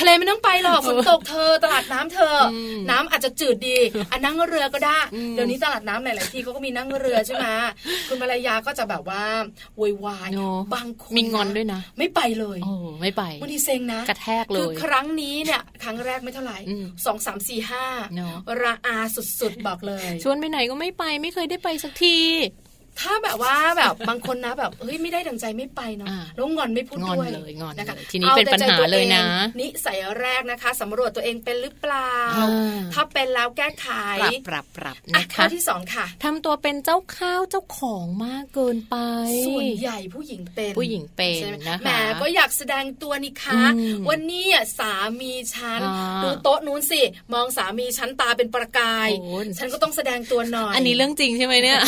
ทะเลไม่ต้องไปหร อกฝนตกเธอ ตลาดน้ำเธออ ม น้ำอาจจะจืดดีอันนั่งเรือก็ได้ อืม เดี๋ยวนี้ตลาดน้ำหลายๆที่เขาก็มีนั่งเรือใช่ไหม คุณภรรยาก็จะแบบว่าโวยวาย เนอะ บางคน มีงอนด้วยนะ ไม่ไปเลย โอ้ไม่ไป บางทีเซ็งนะ กระแทกเล คือย ครั้งนี้เนี่ยครั้งแรกไม่เท่าไหร่ อืม สองสามสี่ห้า เนอะ ระอาสุดๆ บอกเลย ชวนไปไหนก็ไม่ไปไม่เคยได้ไปสักที ถ้าแบบว่าแบบบางคนนะแบบเฮ้ยไม่ได้ดังใจไม่ไปเนาะ อ่า แล้วงอนไม่พูด งอน ด้วย เลยงอน นะคะ เลยทีนี้ อา เป็นปัญหา แต่ใจตัว เลยนะ องนิสัยแรกนะคะสำรวจตัวเองเป็นหรือเปล่า อ่า ถ้าเป็นแล้วแก้ไข ปรับปรับปรับ อ่ะ นะ ข้อ คะ ที่สองค่ะ ทำตัวเป็นเจ้าข้าวเจ้าของมากเกินไป ส่วนใหญ่ผู้หญิงเป็น ผู้หญิงเป็น ใช่ไหม นะคะ แหมก็อยากแสดงตัวนี่คะ อืม วันนี้อ่ะสามีฉัน อ่า ดูโต๊ะนู้นสิ มองสามีฉันตาเป็นประกาย โอ้ ฉันก็ต้องแสดงตัวหน่อย อันนี้เรื่องจริงใช่ไหมเนี่ย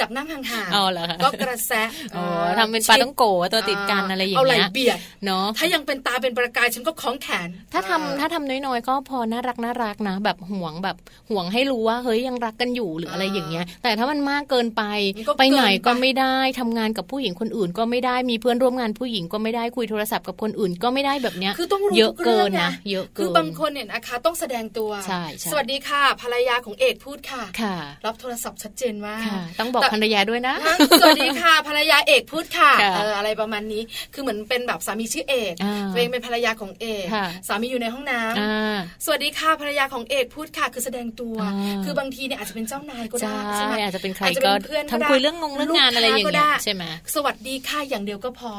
จับนั่งห่าง เอาเหรอคะ ก็กระแสะ อ๋อทำเป็นปลาต้องโกะตัวติดกันอะไรอย่าง เอาไหล เงี้ย เบียด เนาะ ถ้ายังเป็นตาเป็นประกายฉันก็คล้องแขน ถ้าทำ อ่ ถ้าทำน้อยๆ ก็พอน่ารักน่ารักนะ แบบห่วงแบบห่วงให้รู้ว่าเฮ้ยยังรักกันอยู่หรืออะไร อ่า อย่างเงี้ย แต่ถ้ามันมากเกินไป มันก็เกินไป ไปไหนก็ไม่ได้ทำงานกับผู้หญิงคนอื่นก็ไม่ได้มีเพื่อนร่วมงานผู้หญิงก็ไม่ได้คุยโทรศัพท์กับคนอื่นก็ไม่ได้แบบเนี้ย คือต้องรู้ เยอะเกิน ทุกเรื่องนะ นะเยอะเกิน คือบางคนเนี่ยนะคะ ต้องแสดงตัว ใช่ใช่ สวัสดีค่ะ ภรรยาของเอกพูดค่ะ ค่ะ รับโทรศัพท์ชัดเจนมาก ค่ะ ต้องบอก แต่ ภรรยาด้วยนะ อ่ะสวัสดีค่ะภรรยาเอกพูดค่ะ ค่ะ เอออะไรประมาณนี้คือเหมือนเป็นแบบสามีชื่อเอก อ่า ตัวเองเป็นภรรยาของเอก ค่ะ สามีอยู่ในห้องน้ำ อ่า สวัสดีค่ะภรรยาของเอกพูดค่ะ คือแสดงตัว อ่า คือบางทีเนี่ยอาจจะเป็นเจ้านายก็ ใช่ ได้ใช่ไหม อาจจะเป็นใคร อาจจะ ก็ เป็นเพื่อนก็ได้ ทำคุยเรื่องงงเรื่องงานอะไรอย่าง ลูก เงี้ยค้ก็ด้ ใช่ไหม สวัสดีค่ะอย่างเดียวก็พอ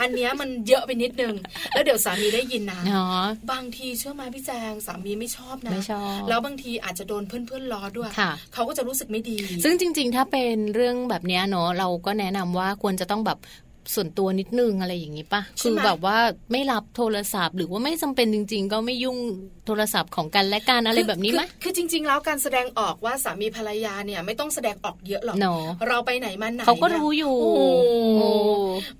อันเนี้ยมันเยอะไปนิดนึง แล้วเดี๋ยวสามีได้ยินนะ เนาะ บางทีเชื่อไหมาพี่แจงสามีไม่ชอบนะ ไม่ชอบ แล้วบางทีอาจจะโดนเพื่อนๆล้อด้วย ค่ะ เขาก็จะรู้สึกไม่ดี ซึ่งจริง ๆ ถ้าเป็นเรื่องแบบเนี้ยเนาะเราก็แนะนำว่าควรจะต้องแบบส่วนตัวนิดนึงอะไรอย่างนี้ปะ ใช่ คือ ไหม แบบว่าไม่รับโทรศัพท์ หรือว่าไม่จำเป็นจริง ๆ ก็ไม่ยุ่งโทรศัพท์ของกันและกันอะไรแบบนี้ไหม คือคือคือจริง ๆ แล้วการแสดงออกว่าสามีภรรยาเนี่ยไม่ต้องแสดงออกเยอะหรอก หนอ เราไปไหนมาไหน เขาก็ นี่ย รู้อยู่ โอ้โห โอ้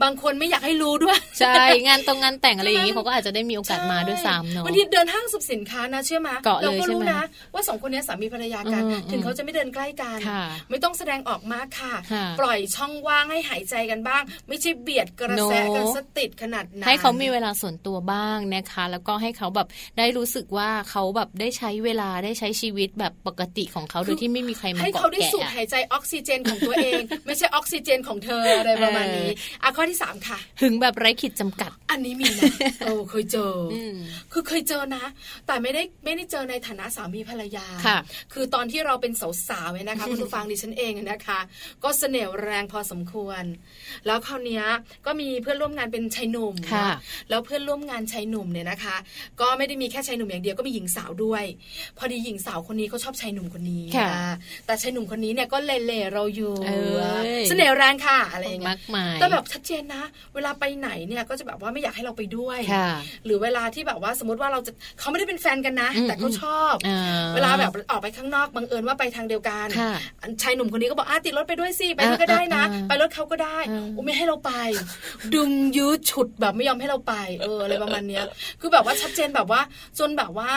บางคนไม่อยากให้รู้ด้วย ใช่งานตรงงานแต่งอะไรอย่างนี้ ใช่ไหม เขาก็อาจจะได้มีโอกาสมาด้วยซ้ำเนาะ วันที่เดินห้างสรรพสินค้านะเชื่อมา เกาะเลย ก็รู้ ใช่ไหม นะ ว่าสองคนเนี้ยสามีภรรยากัน อืมอืม ถึงเขาจะไม่เดินใกล้กัน ค่ะ ไม่ต้องแสดงออกมากค่ะ ค่ะ ปล่อยช่องว่างให้หายใจกันบ้าง ไม่ใช่เบียดกระแส โน้ กันสติดขนาดนั้น ให้เขามีเวลาส่วนตัวบ้างนะคะ แล้วก็ให้เขาแบบได้รู้สึกว่าเขาแบบได้ใช้เวลาได้ใช้ชีวิตแบบปกติของเขาโดยที่ไม่มีใครมา ให้ เกาะ เขาได้ แกะ สูด อะ หายใจออกซิเจนของตัวเอง ไม่ใช่ออกซิเจนของเธออะไรประมาณนี้ เอ อ่ะข้อที่ 3 ค่ะ หึงแบบไร้ขีดจำกัด อันนี้มีนะเออเคยเจออ อืม คือเคยเจอนะ แต่ไม่ได้ไม่ได้เจอในฐานะสามีภรรยา ค่ะ คือตอนที่เราเป็นสาวๆเนี่ ยนะคะ คุณผู้ฟังดิฉันเองเนี่ยนะคะ ก็เสน่ห์แรงพอสมควร แล้วคราวเนี้ยก็มีเพื่อนร่วมงานเป็นชายหนุ่ม ค่ะ นะแล้วเพื่อนร่วมงานชายหนุ่มเนี่ยนะคะ ก็ไม่ได้มีแค่ชายหนุ่มอย่างเดียวก็มีหญิงสาวด้วย พอดีหญิงสาวคนนี้เขาชอบชายหนุ่มคนนี้ ค่ะ อ่าแต่ชายหนุ่มคนนี้เนี่ยก็เล่ๆเราอยู่ เอ้ย เสน่ห์แรงค่ะอะไรอย่างเงี้ย มากมาย แต่แบบชัดเจนนะ เวลาไปไหนเนี่ยก็จะแบบว่าไม่อยากให้เราไปด้วย ค่ะ หรือเวลาที่แบบว่าสมมติว่าเราจะเขาไม่ได้เป็นแฟนกันนะ อืม แต่เขาชอบ อ่ เวลาแบบออกไปข้างนอกบังเอิญว่าไปทางเดียวกัน ค่ะ ชายหนุ่มคนนี้ก็บอกอ่ะติดรถไปด้วยสิไปด้วยก็ อ่า ได้นะ อ่า ไปรถเขาก็ได้ อ่า โอ้ไม่ให้เราไป ดึงยื้อฉุดแบบไม่ยอมให้เราไป เอออะไรประมาณเนี้ย คือแบบว่าชัดเจนแบบว่า จนแบบว่า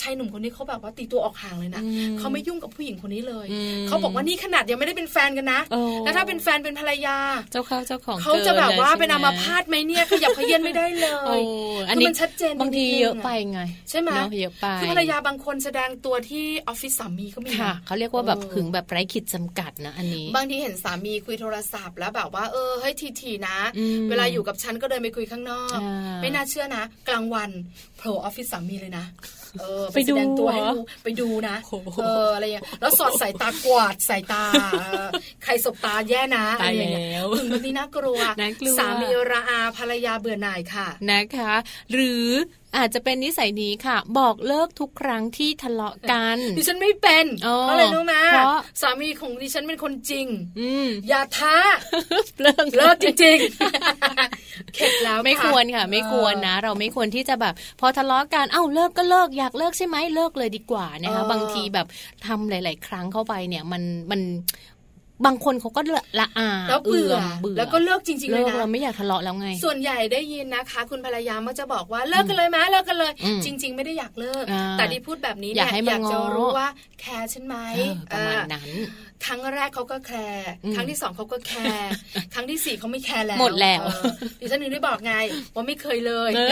ชายหนุ่มคนนี้เขาแบบว่าตีตัวออกห่างเลยนะเขาไม่ยุ่งกับผู้หญิงคนนี้เลย อืม เขาบอกว่านี่ขนาดยังไม่ได้เป็นแฟนกันนะ โอ้ แล้วถ้าเป็นแฟนเป็นภรรยา เจ้าเข้าเจ้าของ เขาจะแบบว่าเป็นอัมาพา ต ตไหมเนี่ยขยับเขยื้อนไม่ได้เล โอ้ ย อันนี้ คือมันชัดเจน บางที นิดนึง เยอะ อะ ไปไง ใช่ไหม เนอะเยอะไป คือภรรยาบางคนแสดงตัวที่ออฟฟิศสามีก็มีนะ ค่ะเขาเรียกว่าแบบ เออ หึงแบบไร้ขีดจำกัดนะอันนี้ บางทีเห็นสามีคุยโทรศัพท์แล้วแบบว่าเออเฮ้ยทีทีๆนะ อืม เวลาอยู่กับฉันก็เดินไปคุยข้างนอก อ่า ไม่น่าเชื่อนะ กลางวันโผล่ออฟฟิศสามีเลยนะเอ อ ไปดู แสดงตัว เหรอ ให้ดูไปดูนะ โอ้โห เอออะไรอย่างเงี้ยแล้วสอดสายตากวาดสายต าเออใครสบตาแย่นะอะไรอย่างเงี้ ตาย ย แล้ว ถึงแบบนี้น่ากลัว น่ากลัว สามีระอาภรรยาเบื่อหน่ายค่ะ นะคะ หรืออาจจะเป็นนิสัยนี้ค่ะ บอกเลิกทุกครั้งที่ทะเลาะกัน ดิฉันไม่เป็น อ๋อ เพราะอะไรรู้ไหม เพราะ สามีของดิฉันเป็นคนจริง อืม อย่าท้า เลิก เลิกจริง ๆ เข็ดแล้วะ ไม่ควรค่ะ ไม่ควรนะ เอ เราไม่ควรที่จะแบบ พอทะเลาะกันเอ้าเลิกก็เลิกอยากเลิกใช่ไหมเลิกเลยดีกว่านะคะ เออ บางทีแบบทำหลาย ๆ ครั้งเข้าไปเนี่ยมันมันบางคนเขาก็ละละอา อแล้วเบื่อ มเบื่อ แล้วก็เลิกจริงๆเล เลิ ย ก นะ เราไม่อยากทะเลาะแล้วไง ส่วนใหญ่ได้ยินนะคะ คุณภรรยามักจะบอกว่าเลิกกันเลยไหมเลิกกันเลย อืม จริง ๆ ไม่ได้อยากเลิก อ่า แต่ที่พูดแบบนี้ อยา เนี่ ก ย ให้มายอากจะ ง้อ รู้ว่าแคร์ฉันไหม เออประมาณ เออ นั้น ครั้งแรกเขาก็แคร์ อืม ครั้งที่สองเขาก็แค ร์ครั้งที่สี่เขาไม่แคร์แล้ว หมดแล้ว เออดิฉันนึงได้บอกไงว่าไม่เคยเลย เออ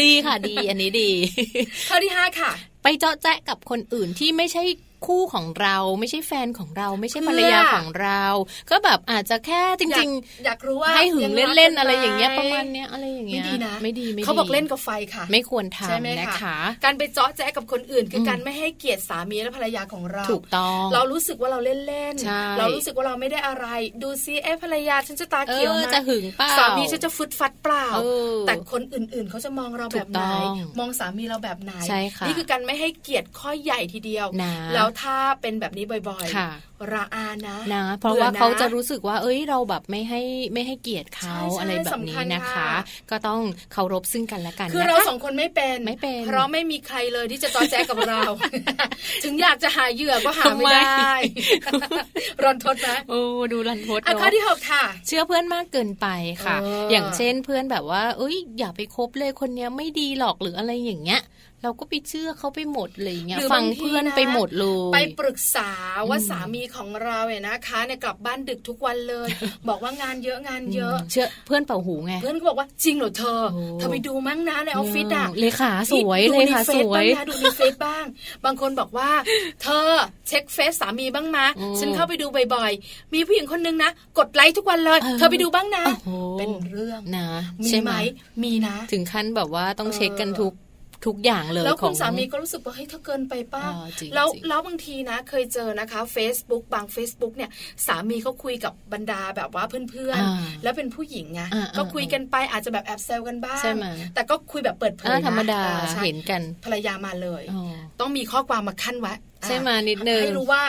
ดีค่ะดีอันนี้ดี ข้อที่ห้าค่ะ ไปเจาะแจ๊ะกับคนอื่นที่ไม่ใช่คู่ของเรา ไม่ใช่แฟนของเรา ไม่ใช่ภรรยา เพื่อ ของเรา ก็แบบอาจจะแค่จริง อยากอยากรู้ว่า ๆ ให้หึง ยั เล่น กๆกัอะไรอย่างเงี้ย ไห ประมาณเนี้ยอะไรอย่าง ไม่ เงี้ย ดีนะ ไม่ดีไม่ดี เขาบอกเล่นกับไฟค่ะ ไม่ควร ใช่ไหม ทำนะคะ การไปเจาะแจ๊กับคนอื่น คืออ ม การไม่ให้เกียรติสามีและภรรยาของเรา ถูกต้อง เรารู้สึกว่าเราเล่น ใช่ ๆเรารู้สึกว่าเราไม่ได้อะไร ดูซิเอ๊ะภรรยาฉันจะตา เอ เขียว อ ไหม จะหึงเปล่า สามีฉันจะฟึดฟัดเปล่า เออ แต่คนอื่นๆ เขาจะมองเราแบบไหถูกนต้อง มองสามีเราแบบไหน ใช่ค่ะ นี่คือการไม่ให้เกียรติข้อใหญ่ทีเดียว นะ แล้วถ้าเป็นแบบนี้บ่อย ค่ะ ระอานะ นะเพราะว่าเขาจะรู้สึกว่า เอ้ยเราแบบไม่ให้ไม่ให้เกียรติเขา ใช่ใช่ อะไรแบบนี้ สำคัญ นะ ค่ะ คะ ก็ต้องเคารพซึ่งกันและกัน คือ นะ เรา คะ สองคนไม่เป็น ไม่เป็น เพราะไม่มีใครเลยที่จะตอแจกับเรา ถึงอยากจะหาเหยื่อก็หาไม่ได้ ทำไม ร้อนทดไหม โอ้ดูรันทด อ่ะ เนอะ ข้อที่หกค่ะ เชื่อเพื่อนมากเกินไปค่ะ เอ อ ออ ย่างเช่นเพื่อนแบบว่า เอ้ย อย่าไปคบเลยคนเนี้ยไม่ดีหรอกหรืออะไรอย่างเงี้ย เราก็ไปเชื่อเขาไปหมดเลยอย่างเงี้ย หรื ฟัง บที เพื่อนไปหมดเลย ไปปรึกษาว่า อืม สามีของเราเนี่ยนะคะเนี่ยกลับบ้านดึกทุกวันเลย บอกว่างานเยอะงานเยอะ เชื่อเพื่อนเป่าหูไง เพื่อนก็บอกว่าจริงเหรอเธอ โอ้ เธอไปดูมั้งนะในออฟฟิศอ่ะ เลขาสวย นี่ เลขาสวย ดูในเฟซบ้างนะดูในเฟซบ้าง บางคนบอกว่า เธอเช็คเฟซสามีบ้างมา อืม ฉันเข้าไปดูบ่อยๆ มีผู้หญิงคนนึงนะ กดไลค์ทุกวันเลย เออ เธอไปดูบ้างนะ โอ้โห เป็นเรื่อง นะ มี ใช่ ไห ไห ม ม มีนะ ถึงขั้นแบบว่าต้อง เออ เช็คกันทุกทุกอย่างเลย แล้ว ข คุ อ ณ ง สามีก็รู้สึกว่าเฮ้ยเธอเกินไปป้า เออจริง แล้ว จริง แล้วบางทีนะ เคยเจอนะคะ Facebook บาง Facebook เนี่ยสามีเขาคุยกับบรรดาแบบว่าเพื่อน อ่า ๆแล้วเป็นผู้หญิงไง อ่าๆ ก็คุยกันไปอาจจะแบบแอบแซวกันบ้าง ใช่ไหม แต่ก็คุยแบบเปิดเผย อ่า นะ ธรรมดา ออใช่ เห็นกัน ภรรยามาเลย อ๋อ ต้องมีข้อความมาขั้นไว้อ่ะ ใช่มานิดนึง ให้รู้ว่า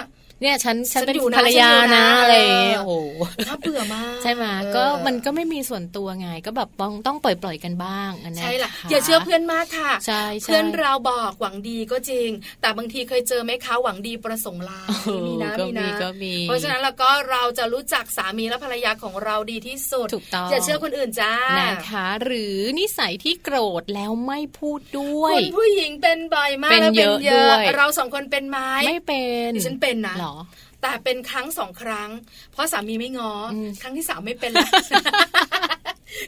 เนี่ยฉันฉัน ฉัน เป็น อยู่นะ ภรรยา ฉันอยู่นะ นะอะไรอย่างเงี้ย เออ โอ้โห น่าเบื่อมาก ใช่ไหม เออ ก็มันก็ไม่มีส่วนตัวไงก็แบบต้องต้องปล่อยปล่อยๆกันบ้างอันนี้ ใช่ล่ะ นค อย่าเชื่อเพื่อนมากค่ะ ใช่ใช่ เพื่อนเราบอกหวังดีก็จริง แต่บางทีเคยเจอไหมคะหวังดีประสงค์ลาย เออ มีนะ ก็ มี มี นะ ก็มี เพราะฉะนั้นเราก็เราจะรู้จักสามีและภรรยาของเราดีที่สุด ถูกต้อง อย่าเชื่อคนอื่นจ้า นะคะ หรือนิสัยที่โกรธแล้วไม่พูดด้วย คุณผู้หญิงเป็นบ่อยมาก เป็น แล้วเป็นเย เยอะ อะ ด้วย เราสองคนเป็นไหม ไม่เป็น ดิฉันเป็นนะ หรอ แต่เป็นครั้งสองครั้ง เพราะสามีไม่งออ ม ครั้งที่สามไม่เป็น ละ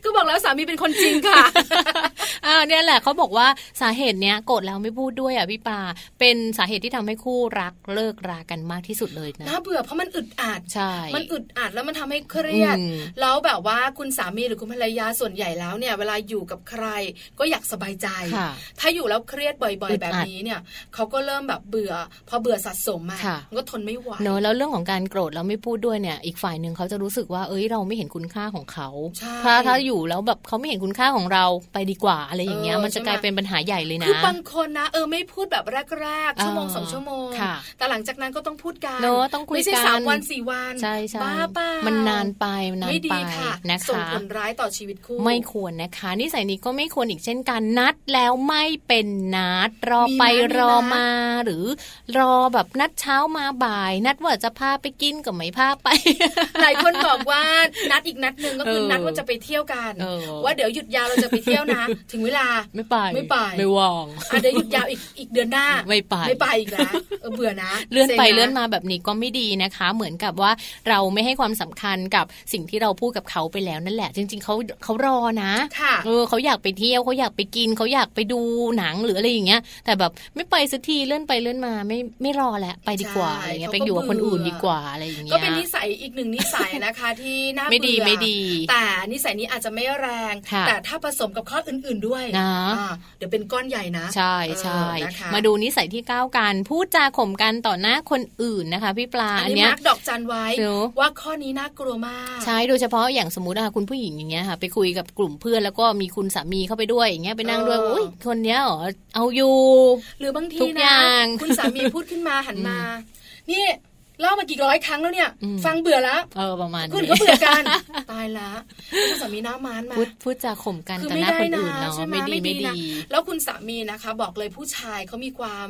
ก็บอกแล้วสามีเป็นคนจริงค่ะ อ้าวเนี่ยแหละเขาบอกว่าสาเหตุเนี้ยโกรธแล้วไม่พูดด้วยอ่ะพี่ปลาเป็นสาเหตุที่ทำให้คู่รักเลิกรากันมากที่สุดเลยนะ น่าเบื่อเพราะมันอึดอัด ใช่ มันอึดอัดแล้วมันทำให้เครียด อืม แล้วแบบว่าคุณสามีหรือคุณภรรยาส่วนใหญ่แล้วเนี่ย เวลาอยู่กับใครก็อยากสบายใจ ค่ะ ถ้าอยู่แล้วเครียดบ่อย อึ ๆ ด แบ อัด บนี้เนี่ยเขาก็เริ่มแบบเบื่อ พอเบื่อสะสมมา ค่ะ มันก็ทนไม่ไหว เนอะแล้วเรื่องของการโกรธแล้วไม่พูดด้วยเนี่ย อีกฝ่ายหนึ่งเขาจะรู้สึกว่าเอ้ยเราไม่เห็นคุณค่าของเขา ใช่ ถ้าถ้าอยู่แล้วแบบเขาไม่เห็นคุณค่าของเราไปดีกว่าอะไรอย่างเงี้ย ออ มันจะกลายเป็นปัญหาใหญ่เลยนะ คือบางคนนะเออไม่พูดแบบแรกๆชั่วโมง อ่า สองชั่วโมง ค่ะ แต่หลังจากนั้นก็ต้องพูดกัน เนอะต้องคุย ไม่ใช่ กัน สามวันสี่วัน ใช่ใช่ บ้าเปล่า มันนานไปมันนาน ไม่ ไป ดีค่ะ นะคะ ส่งผลร้ายต่อชีวิตคู่ ไม่ควรนะคะ นิสัยนี้ก็ไม่ควรอีกเช่นกันนัดแล้วไม่เป็นนัด รอไป มีนะมีนะ รอมา หรือรอแบบนัดเช้ามาบ่าย นัดว่าจะพาไปกินก็ไม่พาไป หลายคนบอกว่านัดอีกนัดหนึ่งก็คือ เออ นัดว่าจะไป เที่ยวกัน เออ ว่าเดี๋ยวหยุดยาวเราจะไปเที่ยวนะ ถึงเวลา ไม่ไป ไม่ไป ไม่ว่าง อ่ะเดี๋ยวหยุดยาวอีกอีกเดือนหน้า ไม่ไป ไม่ไปอีกแล้วเออเบื่อนะ เลื่อนไป ซ็งะ เลื่อนมาแบบนี้ก็ไม่ดีนะคะ เหมือนกับว่าเราไม่ให้ความสำคัญกับสิ่งที่เราพูดกับเขาไปแล้วนั่นแหละ จริง ๆเขาเขารอนะ ค่ะ เออเขาอยากไปเที่ยวเขาอยากไปกินเขาอยากไปดูหนังหรืออะไรอย่างเงี้ย แต่แบบไม่ไปสักทีเลื่อนไปเลื่อนมาไม่ไม่รอแหละไปดีกว่า ใช่ อะไรเงี้ย เขาก็ ไปอยู่กับคนอื่นดีกว่าอะไรอย่างเงี้ย ก็เป็นนิสัยอีกหนึ่งนิสัยนะคะ ที่น่า ไม่ดี เบื่อ ไม่ดี แต่นิสัยนี้อาจจะไม่แรง ค่ะ แต่ถ้าผสมกับข้ออื่นๆด้วย นะ อ่าเดี๋ยวเป็นก้อนใหญ่นะ ใช่ใช่ เออนะคะ มาดูนิสัยที่เก้ากันพูดจาข่มกันต่อหน้าคนอื่นนะคะ พี่ปลา อัน อัน นี้ เนี้ย มาร์กดอกจันไว้ เนอะ ว่าข้อนี้น่ากลัวมาก ใช่โดยเฉพาะอย่างสมมติอะคุณผู้หญิงอย่างเงี้ยค่ะ ไปคุยกับกลุ่มเพื่อนแล้วก็มีคุณสามีเข้าไปด้วยอย่างเงี้ยไปนั่งด้วยโอ้ยคนเนี้ยเหรอเอาอยู่ หรือบางที ทุกอ นะ ย่าง คุณสามี พูดขึ้นมาหันมา นี่เล่ามากี่ร้อยครั้งแล้วเนี่ย อืม ฟังเบื่อแล้ว เออประมาณ คุณ นี้ ก็เบื่อ กัน ตายละคุณสามีหน้ามานมา พูดพูดจาข่มกัน คือ ต่อ ไม่ หน้า ได้ คน นะ อื่นเนาะ ใช่ไหม ไม่ดีไม่ นะ ดี แล้วคุณสามีนะคะ บอกเลยผู้ชายเขามีความ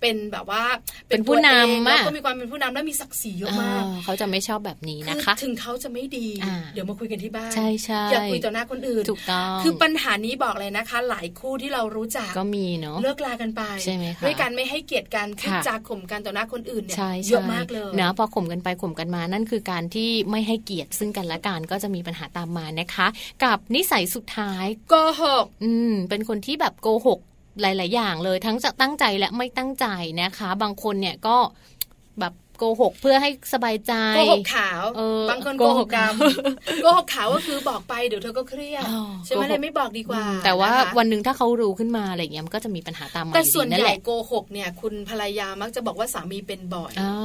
เป็นแบบว่า เป็นตัวนผู้ำ องแล้ว อะ ก็มีความเป็นผู้นำและมีศักดิ์ศรีเยอะมาก เออเขาจะไม่ชอบแบบนี้นะคะ อถึงเขาจะไม่ดี อ่า เดี๋ยวมาคุยกันที่บ้าน ใช่ใช่ อย่าคุยต่อหน้าคนอื่น ถูกต้อง คือปัญหานี้บอกเลยนะคะ หลายคู่ที่เรารู้จัก ก็มีเนาะ เลิกลากันไป ใช่ไหมคะ ด้วยการไม่ให้เกียรติกันพูด ค่ะ จาข่มกันต่อหน้าคนอื่นเนี่ย ใช่ใช่ เยอะมากเลย นะพอข่มกันไปข่มกันมานั่นคือการที่ไม่ให้เกียรติซึ่งกันและกันก็จะมีปัญหาตามมานะคะ กับนิสัยสุดท้าย โกหก อืมเป็นคนที่แบบโกหกหลาย ๆ อย่างเลยทั้งจะตั้งใจและไม่ตั้งใจนะคะ บางคนเนี่ยก็แบบโกหกเพื่อให้สบายใจ โกหกขาว เออบ างคน โก โก ห ห ก กด ำโกหกขาวก็คือบอกไปเดี๋ยวเธอก็เครียด อ๋อ ใช่ไหม โกหก เลยไม่บอกดีกว่า แต่ว่า ะคะ วันหนึ่งถ้าเขารู้ขึ้นมาอะไรอย่างเงี้ยมันก็จะมีปัญหาตามมา แต่ส่วน อยู่ดีนั่ ให นแห ญ่ ละ โกหกเนี่ย คุณภรรยามักจะบอกว่าสามีเป็นบ่อย อ่า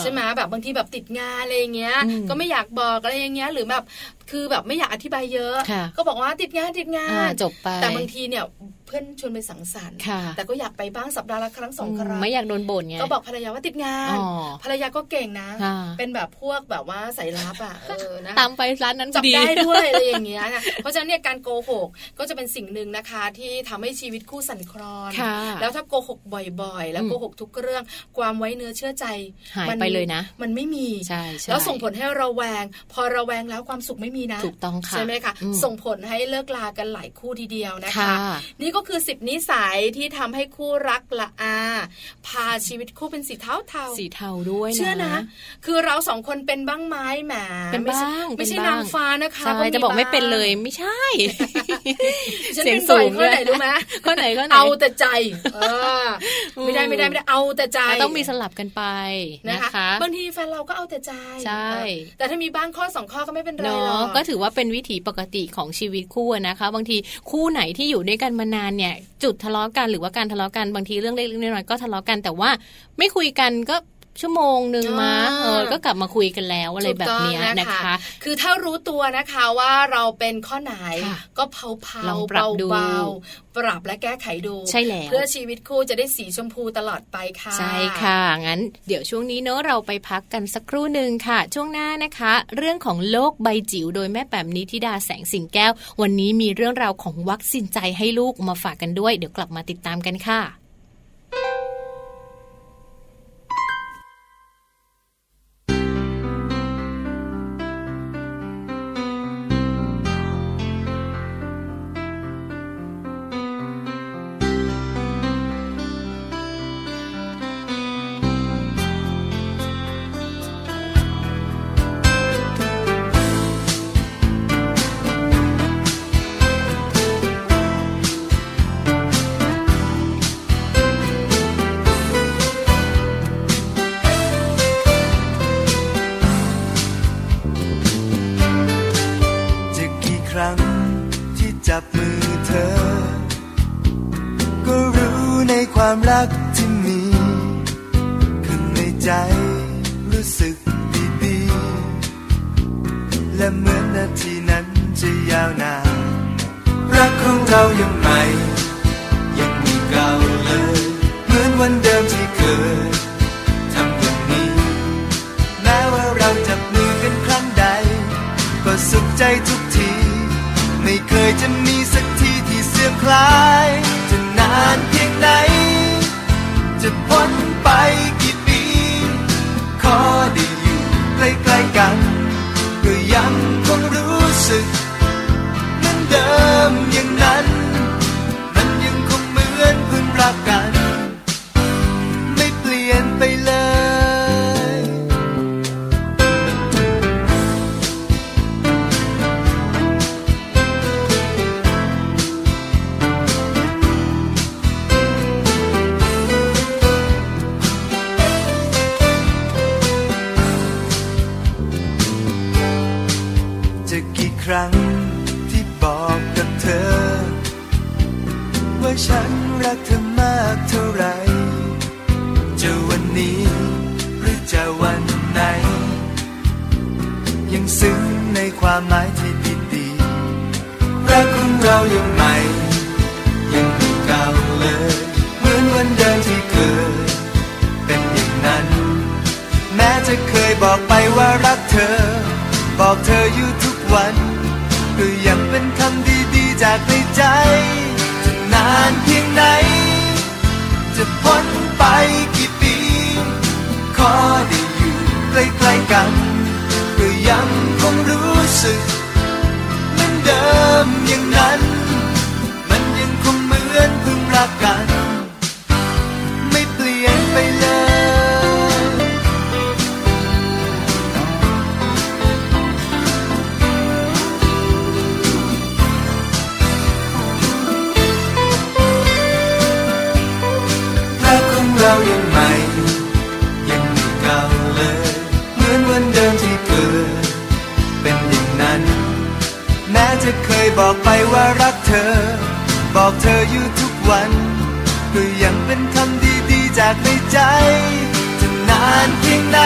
ใช่ไหมแบบบางทีแบบติดงานอะไรอย่างเงี้ย อืม ก็ไม่อยากบอกอะไรอย่างเงี้ย หรือแบบคือแบบไม่อยากอธิบายเยอะ ค่ะ ก็บอกว่าติดงานติดงา อ่าน จบไป แต่บางทีเนี่ยเพื่อนชวนไปสังสรรค์ ค่ะ แต่ก็อยากไปบ้างสัปดาห์ละครั้งสองครั้ง ไม่อยากโดนบ่นไง ก็บอกภรรยาว่าติดงาน อ๋อ ภรรยาก็เก่งนะ ค่ะ เป็นแบบพวกแบบว่าสายลับอ่ะเออนะคะ ตามไปร้านนั้น จับ ดี ได้ด้วยอะไรอย่างเงี้ย นะเพราะฉะนั้นเนี่ยการโกหกก็จะเป็นสิ่งหนึ่งนะคะ ที่ทำให้ชีวิตคู่สั่นคลอน ค่ะ แล้วถ้าโกหกบ่อยๆ แล้ว อืม โกหกทุกเรื่องความไว้เนื้อเชื่อใจ หาย มั ไปเลยนะ มันไม่มี ใช่ใช่ แล้วส่งผลให้เราแวง พอเราแวงแล้วความสุขไม่มีนะ ถูกต้องค่ะ ใช่ไหมคะ อืม ส่งผลให้เลิกลากันหลายคู่ทีเดียวนะคะ ค่ะ นี่ก็คือสิบนิสัยที่ทำให้คู่รักละอา พาชีวิตคู่เป็นสีเทาเทาๆ สีเทาด้วยนะ เชื่อนะ คือเราสองคนเป็นบ้างไหม้แหม เป็น ไม่ใช่ บ้าง ไม่ใช่ เป็น นา บ้าง งฟ้านะคะ ใช่ ก็ จะบอกไม่เป็นเลย าง ไม่ใช่ ฉัน เสียง เป็นบ่สูอยง ข้อไหน ด้วย รู้ไหม ข้อไหนก็ไหน เอาแต่ใจ เออ อืม ไม่ได้ไม่ได้ไม่ได้เอาแต่ใจ ก็ต้องมีสลับกันไป นะ นะคะ คะ บางทีแฟนเราก็เอาแต่ใจ ใช่ เออแต่ถ้ามีบ้างข้อสองข้อก็ไม่เป็นไร เนา หระอก ก็ถือว่าเป็นวิถีปกติของชีวิตคู่อะนะคะ บางทีคู่ไหนที่อยู่ด้วยกันมานานเนี่ย จุดทะเลาะกันหรือว่าการทะเลาะกันบางทีเรื่องเล็กๆน้อยๆก็ทะเลาะกันแต่ว่าไม่คุยกันก็ ชั่วโมงหนึ่งมา อ่า เออก็กลับมาคุยกันแล้วอะไรแบบเนี้ย ถูกต้อง นะคะ คือถ้ารู้ตัวนะคะว่าเราเป็นข้อไหน ค่ะ ก็เผาเผา ลองปรับดู เบาๆปรับและแก้ไขดู ใช่แล้ว เพื่อชีวิตคู่จะได้สีชมพูตลอดไปค่ะ ใช่ค่ะ งั้นเดี๋ยวช่วงนี้เนอะเราไปพักกันสักครู่หนึ่งค่ะ ช่วงหน้านะคะ เรื่องของโลกใบจิ๋วโดยแม่แปมนิธิดาแสงสิงแก้ว วันนี้มีเรื่องราวของวัคซีนใจให้ลูกมาฝากกันด้วย เดี๋ยวกลับมาติดตามกันค่ะ จะกี่ครั้งที่จับมือเธอ ก็รู้ในความรักที่มีข้างในใจรู้สึกดีๆ และเหมื่อนนาทีนั้นจะยาวนาน รักของเรายังใหม่ ยังไมีเก่าเลย เหมือนวันเดิมที่เคยทำอย่างนี้ แม้ว่าเราจับมือกันครั้งใด ก็สุขใจทุกที ไม่เคยจะมีสักทีที่เสื่อมคลาย จะนานเพียงไหน จะพ้นไปกี่ปี ขอได้อยู่ใกล้ๆกัน ก็ยังคงรู้สึกเหมือนเดิมอย่างนั้น มันยังคงเหมือนเพิ่งรักกัน ไม่เปลี่ยนไปเลย จะกี่ครั้งที่บอกกับเธอ ว่าฉันรักเธอมากเท่าไหร่จะวันนี้หรือจะวันไหน ยังซึ้งในความหมายที่ดีๆรักของเรายังใหม่ ยังไม่เก่าเลย เหมือนวันเดิมที่เคยเป็นอย่างนั้น แม้จะเคยบอกไปว่ารักเธอ บอกเธออยู่ทุกวันก็ยังเป็นคำดีๆจากในใจจะนานเพียงไหน จะพ้นไปกี่ปี ขอได้อยู่ใกล้ๆกันก็ยังคงรู้สึกเหมือนเดิมอย่างนั้น มันยังคงเหมือนเพิ่งรักกัน ไม่เปลี่ยนไปเลย รักของเรายังใหม่ ยังไม่เก่าเลย เหมือนวันเดิมที่เคยเป็นอย่างนั้น แม้จะเคยบอกไปว่ารักเธอ บอกเธออยู่ทุกวันก็ยังเป็นคำดีๆจากในใจ จะนานเพียงไหน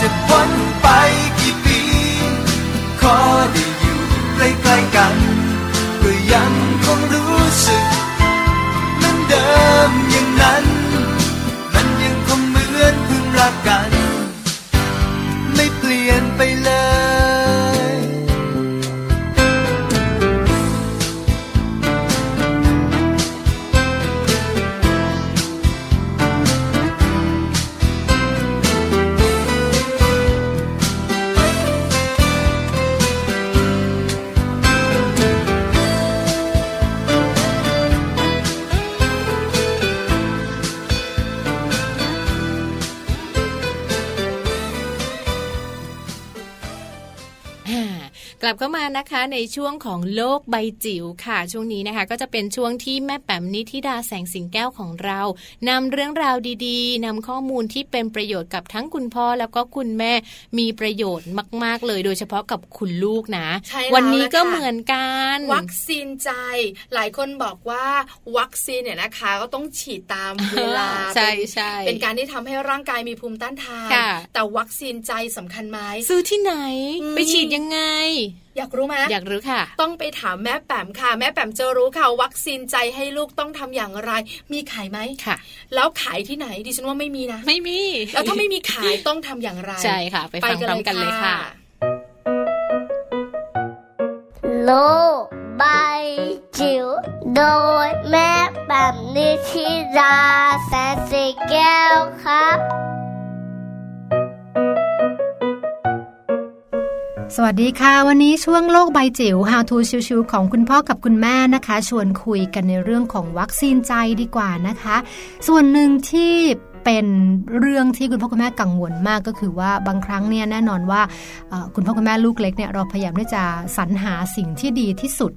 จะพ้นไปกี่ปี ขอได้อยู่ใกล้ๆกันก็ยังคงรู้สึก เหมือนเดิมอย่างนั้น มันยังคงเหมือนเพิ่งรักกัน ไม่เปลี่ยนไปเลย จ ลับเข้ามานะคะในช่วงของโลกใบจิ๋วค่ะ ช่วงนี้นะคะ ก็จะเป็นช่วงที่แม่แป๋มนิธิดาแสงสิงแก้วของเรานำเรื่องราวดีๆนำข้อมูลที่เป็นประโยชน์กับทั้งคุณพ่อแล้วก็คุณแม่มีประโยชน์มาก ๆ เลยโดยเฉพาะกับคุณลูกนะ ใช่แล้ว วันนี้ก็ ล่ะค่ะ เหมือนกัน วัคซีนใจ หลายคนบอกว่าวัคซีนเนี่ยนะคะ ก็ต้องฉีดตามเวลา ใช่ใช่ เป็นเป็นการที่ทำให้ร่างกายมีภูมิต้านทาน ค่ะ แต่วัคซีนใจสำคัญไหม ซื้อที่ไหน อืม ไปฉีดยังไง อยากรู้ไหม อยากรู้ค่ะ ต้องไปถามแม่แปมค่ะ แม่แปมจะรู้ค่ะ วัคซีนใจให้ลูกต้องทำอย่างไร มีขายไหม ค่ะ แล้วขายที่ไหนดิฉันว่าไม่มีนะ ไม่มี แล้วถ้าไม่มีขายต้องทำอย่างไร ใช่ค่ะ ไปฟังพร้อมกันเลยค่ะ Lô bay chiều đôi mép bằng đi khi ra sẽ xì keo khắp สวัสดีค่ะ วันนี้ช่วงโลกใบจิ๋ว How to ชิวๆของคุณพ่อกับคุณแม่นะคะ ชวนคุยกันในเรื่องของวัคซีนใจดีกว่านะคะ ส่วนหนึ่งที่เป็นเรื่องที่คุณพ่อคุณแม่กังวลมากก็คือว่าบางครั้งเนี่ยแน่นอนว่าเอ่อคุณพ่อคุณแม่ลูกเล็กเนี่ยเราพยายามที่จะสรรหาสิ่งที่ดีที่สุด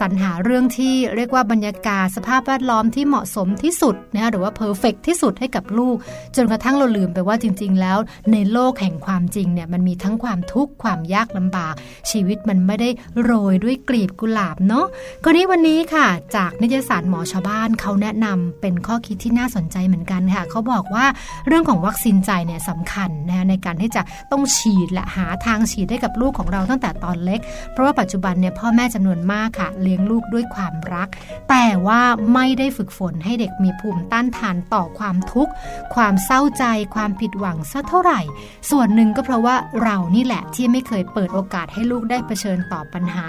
สรรหาเรื่องที่เรียกว่าบรรยากาศสภาพแวดล้อมที่เหมาะสมที่สุดนะคะหรือว่าเพอร์เฟกที่สุดให้กับลูก จนกระทั่งเราลืมไปว่าจริง ๆ แล้ว ในโลกแห่งความจริงเนี่ยมันมีทั้งความทุกข์ความยากลำบาก ชีวิตมันไม่ได้โรยด้วยกลีบกุหลาบเนาะก็นี้วันนี้ค่ะ จากนิตยสารหมอชาวบ้านเขาแนะนำเป็นข้อคิดที่น่าสนใจเหมือนกันค่ะเขาบอกว่าเรื่องของวัคซีนใจเนี่ยสำคัญนะคะในการที่จะต้องฉีดและหาทางฉีดให้กับลูกของเราตั้งแต่ตอนเล็ก เพราะว่าปัจจุบันเนี่ยพ่อแม่จำนวนมากค่ะ เลี้ยงลูกด้วยความรัก แต่ว่าไม่ได้ฝึกฝนให้เด็กมีภูมิต้านทานต่อความทุกข์ ความเศร้าใจความผิดหวังซะเท่าไหร่ ส่วนหนึ่งก็เพราะว่าเรานี่แหละที่ไม่เคยเปิดโอกาสให้ลูกได้เผชิญต่อปัญหา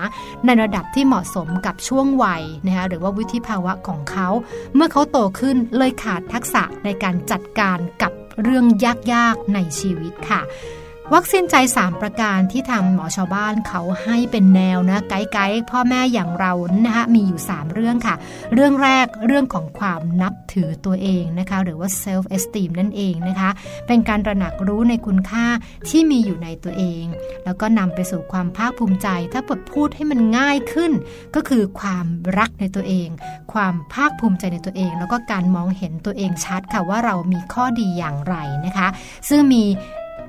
ในระดับที่เหมาะสมกับช่วงวัยนะคะหรือว่าวุฒิภาวะของเขา เมื่อเขาโตขึ้นเลยขาดทักษะในการจัดการกับเรื่องยากๆในชีวิตค่ะ วัคซีนใจ 3 ประการที่ทางหมอชาวบ้านเขาให้เป็นแนวนะไกด์ๆพ่อแม่อย่างเรานะคะมีอยู่ 3 เรื่องค่ะ เรื่องแรกเรื่องของความนับถือตัวเองนะคะ หรือว่า self esteem นั่นเองนะคะ เป็นการตระหนักรู้ในคุณค่าที่มีอยู่ในตัวเอง แล้วก็นำไปสู่ความภาคภูมิใจ ถ้าเปิดพูดให้มันง่ายขึ้น ก็คือความรักในตัวเอง ความภาคภูมิใจในตัวเอง แล้วก็การมองเห็นตัวเองชัดค่ะว่าเรามีข้อดีอย่างไรนะคะ ซึ่งมี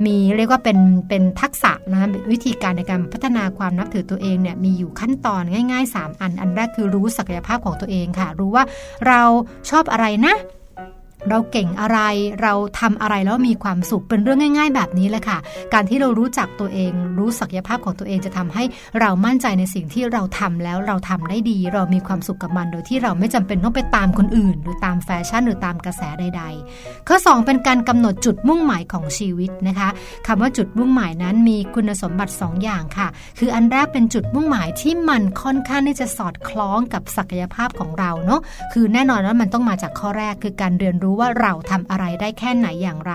มีเรียกว่าเป็นเป็นทักษะนะวิธีการในการพัฒนาความนับถือตัวเองเนี่ยมีอยู่ขั้นตอนง่าย ๆ 3 อัน อันแรกคือรู้ศักยภาพของตัวเองค่ะ รู้ว่าเราชอบอะไรนะ เราเก่งอะไรเราทำอะไรแล้วมีความสุขเป็นเรื่องง่าย ๆ แบบนี้แหละค่ะ การที่เรารู้จักตัวเอง รู้ศักยภาพของตัวเองจะทำให้เรามั่นใจในสิ่งที่เราทำแล้วเราทำได้ดี เรามีความสุขกับมัน โดยที่เราไม่จำเป็นต้องไปตามคนอื่น หรือตามแฟชั่นหรือตามกระแสใด ๆ ข้อ 2 เป็นการกำหนดจุดมุ่งหมายของชีวิตนะคะคำว่าจุดมุ่งหมายนั้นมีคุณสมบัติ 2 อย่างค่ะ คืออันแรกเป็นจุดมุ่งหมายที่มันค่อนข้างที่จะสอดคล้องกับศักยภาพของเราเนาะคือแน่นอนว่ามันต้องมาจากข้อแรกคือการเรียนรู้ว่าเราทำอะไรได้แค่ไหนอย่างไร